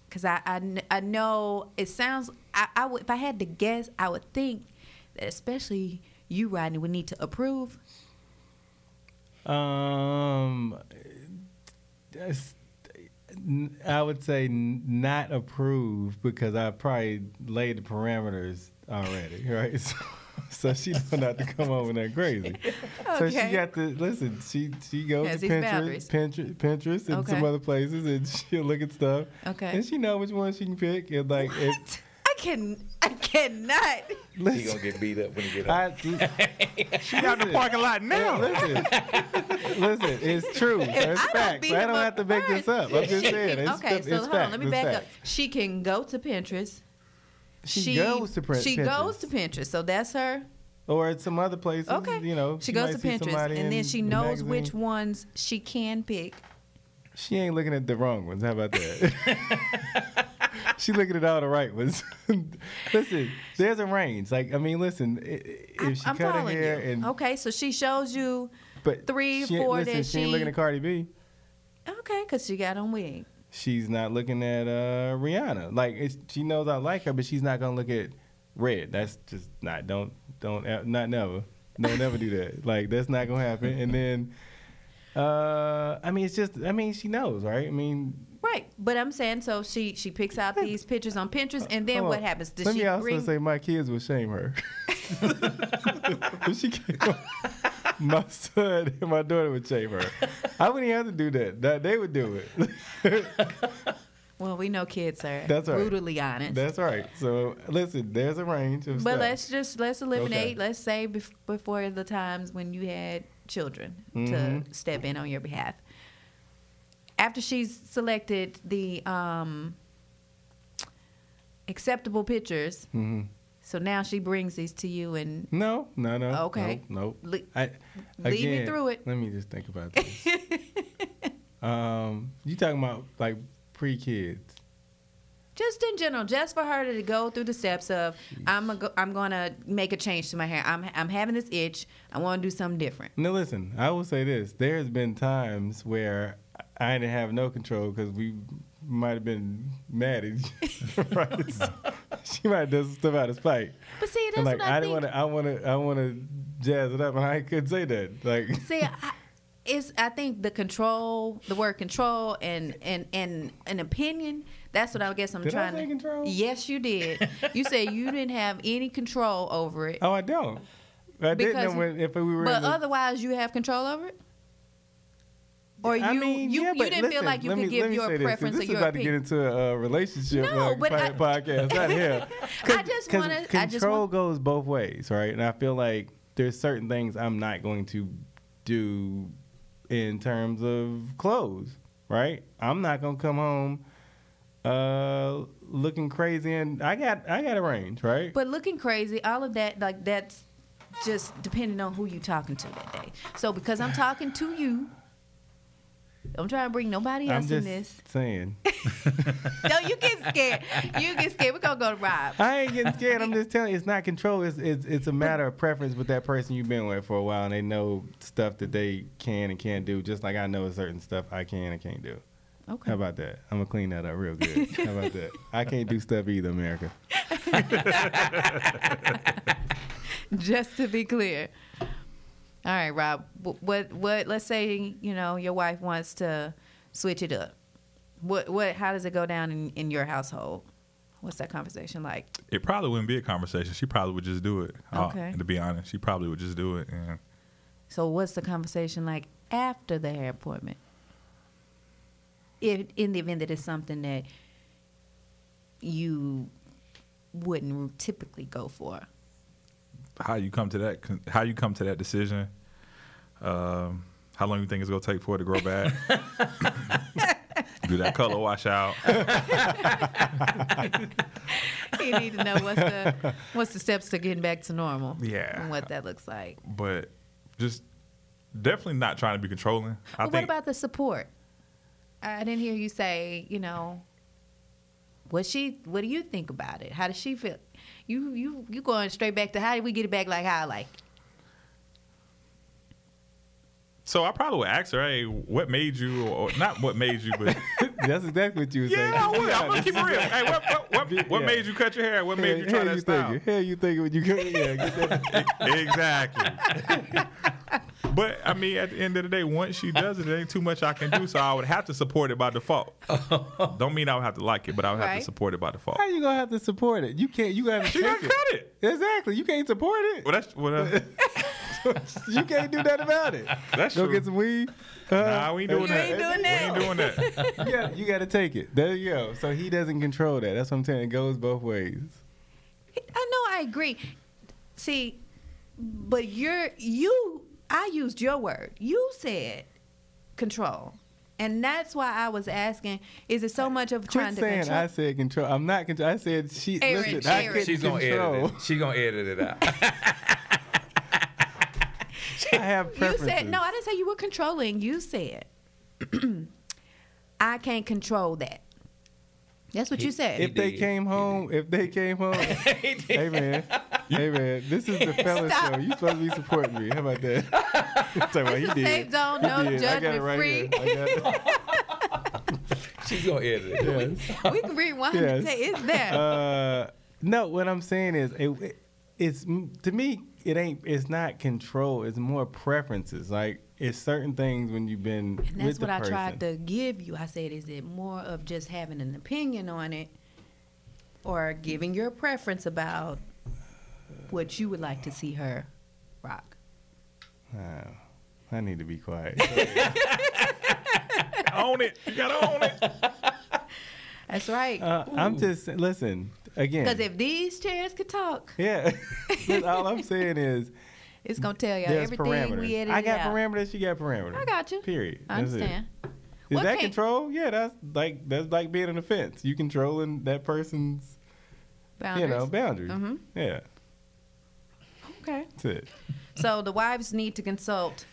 [SPEAKER 1] because I, I kn- I know it sounds I, I would if I had to guess I would think that especially you Rodney would need to approve.
[SPEAKER 2] Um, that's, I would say n- not approved because I probably laid the parameters already, [laughs] right? So, so she know not to come over that
[SPEAKER 1] [laughs]
[SPEAKER 2] crazy. So
[SPEAKER 1] Okay.
[SPEAKER 2] she got to listen. She she goes
[SPEAKER 1] Has
[SPEAKER 2] to
[SPEAKER 1] these boundaries.
[SPEAKER 2] Pinterest, Pinterest, Pinterest, and some
[SPEAKER 1] Okay.
[SPEAKER 2] other places, and [laughs] she'll look at stuff.
[SPEAKER 1] Okay.
[SPEAKER 2] And she know which one she can pick. And like, if,
[SPEAKER 1] What? I can I cannot.
[SPEAKER 4] She
[SPEAKER 2] listen,
[SPEAKER 4] gonna get beat up when you get home.
[SPEAKER 2] I, she
[SPEAKER 5] Out in the parking lot now.
[SPEAKER 2] Listen,
[SPEAKER 1] [laughs]
[SPEAKER 2] listen, it's true. It's
[SPEAKER 1] I don't
[SPEAKER 2] fact.
[SPEAKER 1] beat
[SPEAKER 2] So I
[SPEAKER 1] him
[SPEAKER 2] don't
[SPEAKER 1] up
[SPEAKER 2] have to make this
[SPEAKER 1] first.
[SPEAKER 2] up. I'm just
[SPEAKER 1] She
[SPEAKER 2] saying.
[SPEAKER 1] can-
[SPEAKER 2] It's,
[SPEAKER 1] okay,
[SPEAKER 2] it's
[SPEAKER 1] so hold
[SPEAKER 2] fact.
[SPEAKER 1] on, let me
[SPEAKER 2] It's
[SPEAKER 1] back
[SPEAKER 2] fact.
[SPEAKER 1] up. She can go to Pinterest.
[SPEAKER 2] She goes to Pin-
[SPEAKER 1] She
[SPEAKER 2] Pinterest.
[SPEAKER 1] goes to Pinterest, so that's her.
[SPEAKER 2] Or at some other places.
[SPEAKER 1] Okay,
[SPEAKER 2] You know,
[SPEAKER 1] she, goes
[SPEAKER 2] might
[SPEAKER 1] to
[SPEAKER 2] see
[SPEAKER 1] Pinterest,
[SPEAKER 2] somebody
[SPEAKER 1] and
[SPEAKER 2] in
[SPEAKER 1] then she
[SPEAKER 2] the
[SPEAKER 1] knows
[SPEAKER 2] magazine.
[SPEAKER 1] which ones she can pick.
[SPEAKER 2] She ain't looking at the wrong ones. How about that?
[SPEAKER 1] [laughs]
[SPEAKER 2] [laughs] she looking at all the right ones. [laughs] listen, there's a range. Like I mean, listen, i- i- if
[SPEAKER 1] I'm,
[SPEAKER 2] she
[SPEAKER 1] I'm
[SPEAKER 2] cut her
[SPEAKER 1] following
[SPEAKER 2] hair
[SPEAKER 1] you.
[SPEAKER 2] and
[SPEAKER 1] okay, so she shows you.
[SPEAKER 2] but
[SPEAKER 1] three,
[SPEAKER 2] she, ain't-
[SPEAKER 1] four
[SPEAKER 2] listen,
[SPEAKER 1] that
[SPEAKER 2] she ain't looking
[SPEAKER 1] she-
[SPEAKER 2] at Cardi B.
[SPEAKER 1] Okay, because she got on wig.
[SPEAKER 2] she's not looking at uh, Rihanna. Like it's, she knows I like her, but she's not gonna look at Red. That's just not don't don't e- not never don't never do that. Like that's not gonna happen. And then uh, I mean it's just I mean she knows right. I mean
[SPEAKER 1] Right, but I'm saying so. She she picks out these pictures on Pinterest, and then
[SPEAKER 2] hold
[SPEAKER 1] what
[SPEAKER 2] on.
[SPEAKER 1] happens? Does
[SPEAKER 2] let
[SPEAKER 1] she
[SPEAKER 2] me also
[SPEAKER 1] bring?
[SPEAKER 2] say my kids will shame
[SPEAKER 1] [laughs]
[SPEAKER 2] her. if she came on, my son and my daughter would shame her. I wouldn't even have to do that. That they would do it. [laughs]
[SPEAKER 1] well, we know kids are
[SPEAKER 2] That's all right.
[SPEAKER 1] brutally honest.
[SPEAKER 2] That's right. So listen, there's a range of
[SPEAKER 1] but
[SPEAKER 2] stuff.
[SPEAKER 1] let's just let's eliminate.
[SPEAKER 2] Okay.
[SPEAKER 1] Let's say bef- before the times when you had children
[SPEAKER 2] Mm-hmm.
[SPEAKER 1] to step in on your behalf. After she's selected the um, acceptable pictures,
[SPEAKER 2] Mhm.
[SPEAKER 1] so now she brings these to you, and
[SPEAKER 2] No, no, no.
[SPEAKER 1] Okay.
[SPEAKER 2] Nope. nope.
[SPEAKER 1] Le-
[SPEAKER 2] I,
[SPEAKER 1] lead me through it.
[SPEAKER 2] Let me just think
[SPEAKER 1] [laughs]
[SPEAKER 2] about this. um, you talking about like pre kids?
[SPEAKER 1] just in general, just for her to go through the steps of I'm a go, I'm gonna make a change to my hair. I'm I'm having this itch. I want to do something different.
[SPEAKER 2] Now listen, I will say this: there has been times where I didn't have no control because we might have been mad at you. [laughs] right? she might have done some stuff out of spite.
[SPEAKER 1] But see, that's
[SPEAKER 2] And like
[SPEAKER 1] what I,
[SPEAKER 2] I,
[SPEAKER 1] think.
[SPEAKER 2] didn't want to, I want to, I want to jazz it up, and I could say that. Like, [laughs]
[SPEAKER 1] See, I, it's I think the control, the word control, and and and an opinion. That's what I guess I'm
[SPEAKER 2] Did I
[SPEAKER 1] trying
[SPEAKER 2] say
[SPEAKER 1] to.
[SPEAKER 2] control?
[SPEAKER 1] Yes, you did. you said
[SPEAKER 2] [laughs]
[SPEAKER 1] you didn't have any control over it,
[SPEAKER 2] oh, I don't. I didn't know
[SPEAKER 1] Because-
[SPEAKER 2] when, if we were. in
[SPEAKER 1] but
[SPEAKER 2] the-
[SPEAKER 1] otherwise you have control over it. or you
[SPEAKER 2] I mean,
[SPEAKER 1] you,
[SPEAKER 2] yeah,
[SPEAKER 1] you
[SPEAKER 2] but
[SPEAKER 1] didn't feel
[SPEAKER 2] listen,
[SPEAKER 1] like you
[SPEAKER 2] let
[SPEAKER 1] could
[SPEAKER 2] me-
[SPEAKER 1] give
[SPEAKER 2] let me
[SPEAKER 1] your
[SPEAKER 2] say this, 'cause
[SPEAKER 1] preference or
[SPEAKER 2] this is
[SPEAKER 1] your
[SPEAKER 2] about to get
[SPEAKER 1] opinion.
[SPEAKER 2] into a, uh, relationship
[SPEAKER 1] No,
[SPEAKER 2] uh,
[SPEAKER 1] but
[SPEAKER 2] po-
[SPEAKER 1] I- [laughs]
[SPEAKER 2] podcast. Not here.
[SPEAKER 1] I just
[SPEAKER 2] Because
[SPEAKER 1] wanna- I just
[SPEAKER 2] control
[SPEAKER 1] want-
[SPEAKER 2] goes both ways, right? And I feel like there's certain things I'm not going to do in terms of clothes, right? I'm not gonna come home uh, looking crazy, and I got I got a range, right?
[SPEAKER 1] But looking crazy, all of that, like that's just depending on who you talking to that day. So because I'm talking to you, I'm trying to bring nobody
[SPEAKER 2] I'm
[SPEAKER 1] else in
[SPEAKER 2] just
[SPEAKER 1] this.
[SPEAKER 2] saying.
[SPEAKER 1] No, you get scared. You get scared. We're gonna go to Rob.
[SPEAKER 2] I ain't getting scared. I'm just telling you, it's not control. It's, it's it's a matter of preference with that person you've been with for a while, and they know stuff that they can and can't do. Just like I know certain stuff I can and can't do.
[SPEAKER 1] Okay.
[SPEAKER 2] How about that? I'm gonna clean that up real good. How about that? I can't do stuff either, America.
[SPEAKER 1] [laughs]
[SPEAKER 2] [laughs]
[SPEAKER 1] Just to be clear. All right, Rob. wh- What what? Let's say you know your wife wants to switch it up. What what? How does it go down in, in your household? What's that conversation like?
[SPEAKER 5] It probably wouldn't be a conversation. She probably would just do it. Uh,
[SPEAKER 1] Okay.
[SPEAKER 5] to be honest, she probably would just do it. And
[SPEAKER 1] So what's the conversation like after the hair appointment? If in the event that it's something that you wouldn't typically go for. [laughs]
[SPEAKER 5] how you come to that? con- How you come to that decision? Um, how long you think it's gonna take for it to grow back? [laughs] do that color wash out?
[SPEAKER 1] You need to know what's the what's the steps to getting back to normal.
[SPEAKER 5] Yeah.
[SPEAKER 1] And what that looks like.
[SPEAKER 5] But just definitely not trying to be controlling. I
[SPEAKER 1] but what about the support? I didn't hear you say, you know, what she what do you think about it? How does she feel? You you you going straight back to how did we get it back like how I like it?
[SPEAKER 5] So I probably would ask her, hey, what made you, or not what made you,
[SPEAKER 2] [laughs]
[SPEAKER 5] but [laughs]
[SPEAKER 2] That's exactly what you were saying.
[SPEAKER 5] yeah, I would. I'm gonna keep it real. Hey, what, what, what, what
[SPEAKER 2] Yeah.
[SPEAKER 5] made you cut your hair? What made you try
[SPEAKER 2] Hell,
[SPEAKER 5] that
[SPEAKER 2] you
[SPEAKER 5] style?
[SPEAKER 2] thinking? Hell, you thinking when you go? Yeah, get that.
[SPEAKER 5] exactly. [laughs] but I mean, at the end of the day, once she does it, there ain't too much I can do. So I would have to support it by default. Don't mean I would have to like it, but I would have
[SPEAKER 1] Right.
[SPEAKER 5] to support it by default.
[SPEAKER 2] How you gonna have to support it? You can't. You gotta
[SPEAKER 5] She got
[SPEAKER 2] take
[SPEAKER 5] cut
[SPEAKER 2] it.
[SPEAKER 5] it.
[SPEAKER 2] Exactly. You can't support it.
[SPEAKER 5] [laughs] Well, that's well, that's,
[SPEAKER 2] You can't do nothing about it.
[SPEAKER 5] that's
[SPEAKER 2] Go
[SPEAKER 5] true.
[SPEAKER 2] get some uh, weed.
[SPEAKER 5] nah, we ain't doing
[SPEAKER 1] You
[SPEAKER 5] that.
[SPEAKER 1] ain't doing
[SPEAKER 5] we ain't
[SPEAKER 1] that.
[SPEAKER 5] doing
[SPEAKER 1] [laughs]
[SPEAKER 5] that.
[SPEAKER 2] you, gotta, you gotta take it. There you go. So he doesn't control that. That's what I'm saying. It goes both ways.
[SPEAKER 1] I know I agree. See, but you're you I used your word. You said control. And that's why I was asking, is it so much of
[SPEAKER 2] Quit
[SPEAKER 1] trying to
[SPEAKER 2] saying
[SPEAKER 1] control?
[SPEAKER 2] I said control. I'm not control. I said she.
[SPEAKER 1] Aaron,
[SPEAKER 2] listen, I
[SPEAKER 1] Aaron.
[SPEAKER 2] couldn't
[SPEAKER 4] She's gonna
[SPEAKER 2] control.
[SPEAKER 4] edit it. She's gonna edit it out. [laughs]
[SPEAKER 2] [laughs] I have
[SPEAKER 1] you
[SPEAKER 2] preferences.
[SPEAKER 1] said no, I didn't say you were controlling. You said [clears throat] I can't control that. That's what you said.
[SPEAKER 2] If they
[SPEAKER 4] did.
[SPEAKER 2] came home, if they
[SPEAKER 4] [laughs]
[SPEAKER 2] came home, hey man, hey man,
[SPEAKER 1] [laughs]
[SPEAKER 2] this is the fella
[SPEAKER 1] Stop.
[SPEAKER 2] show. You supposed to be supporting me. How about
[SPEAKER 4] [laughs]
[SPEAKER 2] that? Talking about
[SPEAKER 1] It's
[SPEAKER 2] he
[SPEAKER 1] a
[SPEAKER 2] did.
[SPEAKER 1] safe zone,
[SPEAKER 2] He
[SPEAKER 1] no
[SPEAKER 2] did. I got it
[SPEAKER 1] judgment
[SPEAKER 2] right
[SPEAKER 1] free.
[SPEAKER 2] here. I got it.
[SPEAKER 4] She's gonna edit
[SPEAKER 1] [laughs]
[SPEAKER 4] it.
[SPEAKER 1] we can rewind
[SPEAKER 2] Yes.
[SPEAKER 1] and say it's there.
[SPEAKER 2] [laughs] Uh, no, what I'm saying is, it, it's to me, it ain't. It's not control. It's more preferences. Like it's certain things when you've
[SPEAKER 1] and
[SPEAKER 2] been with
[SPEAKER 1] that's
[SPEAKER 2] the
[SPEAKER 1] what I
[SPEAKER 2] person.
[SPEAKER 1] tried to give you. I said, is it more of just having an opinion on it or giving your preference about what you would like to see her rock?
[SPEAKER 2] Wow. I need to
[SPEAKER 1] [laughs]
[SPEAKER 2] be quiet.
[SPEAKER 5] own it. You gotta own it.
[SPEAKER 1] That's right.
[SPEAKER 2] Uh, I'm just listen again.
[SPEAKER 1] Because if these chairs could talk,
[SPEAKER 2] yeah, [laughs] That's all I'm
[SPEAKER 1] [laughs]
[SPEAKER 2] saying is
[SPEAKER 1] it's going to tell y'all
[SPEAKER 2] there's
[SPEAKER 1] everything
[SPEAKER 2] parameters.
[SPEAKER 1] we edited
[SPEAKER 2] I got
[SPEAKER 1] out.
[SPEAKER 2] parameters. You got parameters.
[SPEAKER 1] I got you.
[SPEAKER 2] Period.
[SPEAKER 1] I
[SPEAKER 2] That's it.
[SPEAKER 1] understand.
[SPEAKER 2] Is
[SPEAKER 1] What
[SPEAKER 2] that
[SPEAKER 1] can't-
[SPEAKER 2] control? Yeah, that's like that's like being on the fence. You controlling that person's
[SPEAKER 1] Boundaries.
[SPEAKER 2] you know boundaries.
[SPEAKER 1] Mhm.
[SPEAKER 2] Yeah,
[SPEAKER 1] Okay.
[SPEAKER 2] that's it.
[SPEAKER 1] So the wives need to consult.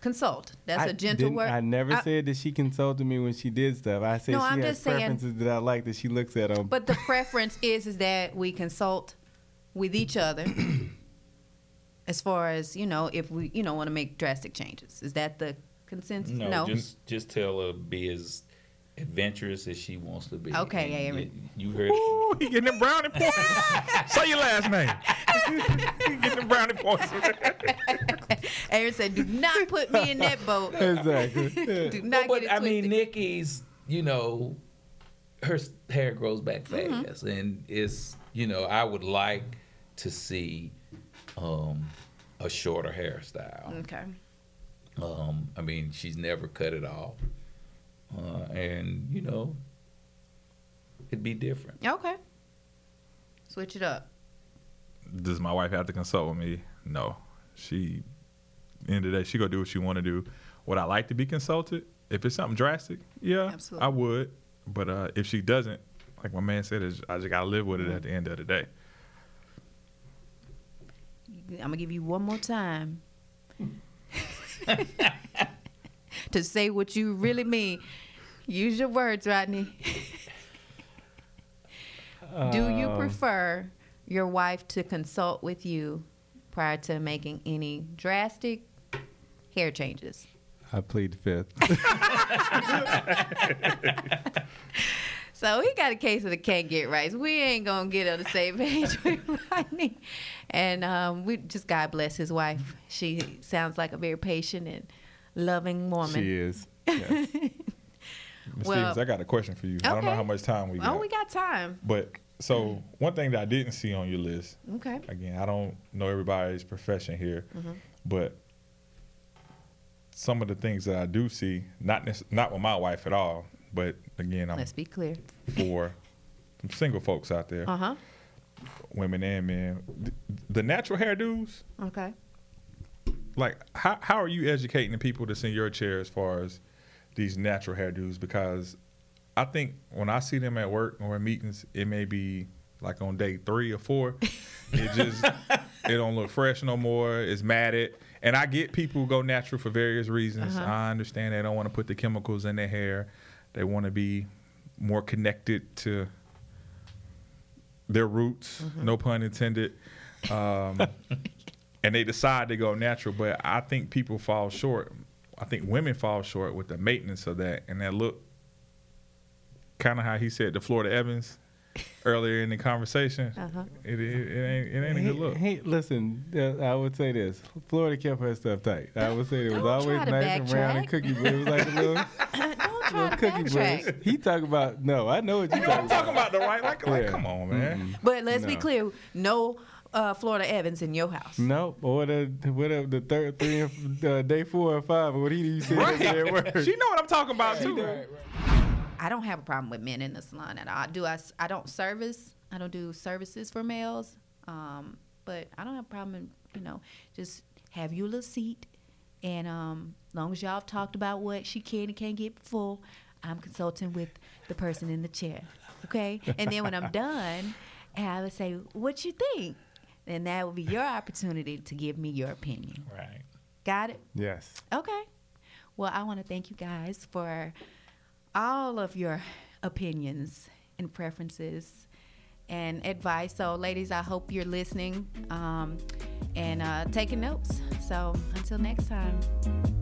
[SPEAKER 1] Consult. That's
[SPEAKER 2] I
[SPEAKER 1] a gentle
[SPEAKER 2] didn't-
[SPEAKER 1] word.
[SPEAKER 2] I never said that she consulted me when she did stuff. I said
[SPEAKER 1] No,
[SPEAKER 2] she
[SPEAKER 1] I'm
[SPEAKER 2] has
[SPEAKER 1] just saying-
[SPEAKER 2] preferences that I like that she looks at on.
[SPEAKER 1] But the preference is is that we consult with each
[SPEAKER 4] [clears throat]
[SPEAKER 1] other as far as, you know, if we, you know, want to make drastic changes. Is that the consensus?
[SPEAKER 4] No, just just tell her be as adventurous as she wants to be.
[SPEAKER 1] Okay, yeah,
[SPEAKER 4] And
[SPEAKER 1] yeah.
[SPEAKER 4] You, you heard.
[SPEAKER 5] Ooh, he getting them brownie [laughs] points. Say your last [laughs] name. he getting them brownie points.
[SPEAKER 1] [laughs] Aaron said, do not put me in that boat.
[SPEAKER 2] [laughs] exactly. Yeah.
[SPEAKER 1] Do
[SPEAKER 4] No,
[SPEAKER 1] not
[SPEAKER 4] but
[SPEAKER 1] get it
[SPEAKER 4] I
[SPEAKER 1] twisted.
[SPEAKER 4] mean, Nikki's. You know, her s- hair grows back fast,
[SPEAKER 1] Mm-hmm.
[SPEAKER 4] and it's you know I would like to see um, a shorter hairstyle.
[SPEAKER 1] okay.
[SPEAKER 4] Um, I mean, she's never cut it off, uh, and you know, it'd be different.
[SPEAKER 6] Okay. Switch it up.
[SPEAKER 5] Does my wife have to consult with me? No. She end of the day, she gonna do what she wanna do. Would I like to be consulted? If it's something drastic, yeah.
[SPEAKER 6] Absolutely.
[SPEAKER 5] I would. But uh, if she doesn't, like my man said, is I just gotta live with it at the end of the day.
[SPEAKER 1] I'm gonna give you one more time to say what you really mean.
[SPEAKER 6] Use your words, Rodney.
[SPEAKER 1] Do you
[SPEAKER 2] Um,
[SPEAKER 1] prefer your wife to consult with you prior to making any drastic hair changes?
[SPEAKER 2] I plead the fifth.
[SPEAKER 1] So he got a case of the can't get rights. We ain't gonna get on the same page with Rodney. And um, we just God bless his wife. She sounds like a very patient and loving woman.
[SPEAKER 2] she is. Yes.
[SPEAKER 5] Ms.
[SPEAKER 1] Well-
[SPEAKER 5] Stevens, I got a question for you. I don't know
[SPEAKER 1] Okay.
[SPEAKER 5] how much time we got.
[SPEAKER 1] Oh, we got time.
[SPEAKER 5] but so one thing that I didn't see on your list,
[SPEAKER 1] Okay.
[SPEAKER 5] again, I don't know everybody's profession here, but some of the things that I do see, not nec- not with my wife at all, but again, I'm
[SPEAKER 1] Let's be clear.
[SPEAKER 5] for some single folks out there,
[SPEAKER 1] Uh huh.
[SPEAKER 5] women and men. Th- The natural hairdos,
[SPEAKER 1] Okay.
[SPEAKER 5] like how how are you educating the people that's in your chair as far as these natural hairdos? Because I think when I see them at work or in meetings, it may be like on day three or four, it just it don't look fresh no more. It's matted, and I get people go natural for various reasons. I understand they don't want to put the chemicals in their hair. They want to be more connected to their roots, no pun intended. Um, and they decide to go natural, but I think people fall short. I think women fall short with the maintenance of that and that look. Kind of how he said the Florida Evans earlier in the conversation. It, it, it ain't it ain't a
[SPEAKER 2] He-
[SPEAKER 5] good look.
[SPEAKER 2] he- listen, uh, I would say this: Florida kept her stuff tight. I would say it was
[SPEAKER 1] Don't
[SPEAKER 2] always
[SPEAKER 1] try to
[SPEAKER 2] nice and round and
[SPEAKER 1] backtrack.
[SPEAKER 2] cookie, but it was like a
[SPEAKER 1] [laughs]
[SPEAKER 2] little,
[SPEAKER 1] Don't try
[SPEAKER 2] little
[SPEAKER 1] to
[SPEAKER 2] cookie
[SPEAKER 1] backtrack.
[SPEAKER 2] bread. He talk about no, I know what you talking
[SPEAKER 5] I'm
[SPEAKER 2] about.
[SPEAKER 5] talking about the right, like, like
[SPEAKER 2] Yeah.
[SPEAKER 5] come on, man.
[SPEAKER 1] But let's be
[SPEAKER 2] No.
[SPEAKER 1] clear, no uh, Florida Evans in your house.
[SPEAKER 2] Nope, or the whatever the third three and uh, day four or five. What he you said
[SPEAKER 5] Right.
[SPEAKER 2] at work.
[SPEAKER 5] [laughs] She know what I'm talking about too.
[SPEAKER 6] I don't have a problem with men in the salon at all. Do I? s- I don't service. I don't do services for males. Um, but I don't have a problem. In, you know, just have your little seat, and um, as long as y'all have talked about what she can and can't get full, I'm consulting with the person in the chair. Okay, and then when I'm done, I would say, "What you think?" And that would be your opportunity to give me your opinion.
[SPEAKER 4] Right.
[SPEAKER 6] Got it?
[SPEAKER 2] Yes.
[SPEAKER 6] Okay. Well, I want to thank you guys for all of your opinions and preferences and advice. So, ladies, I hope you're listening um, and uh, taking notes. So, until next time,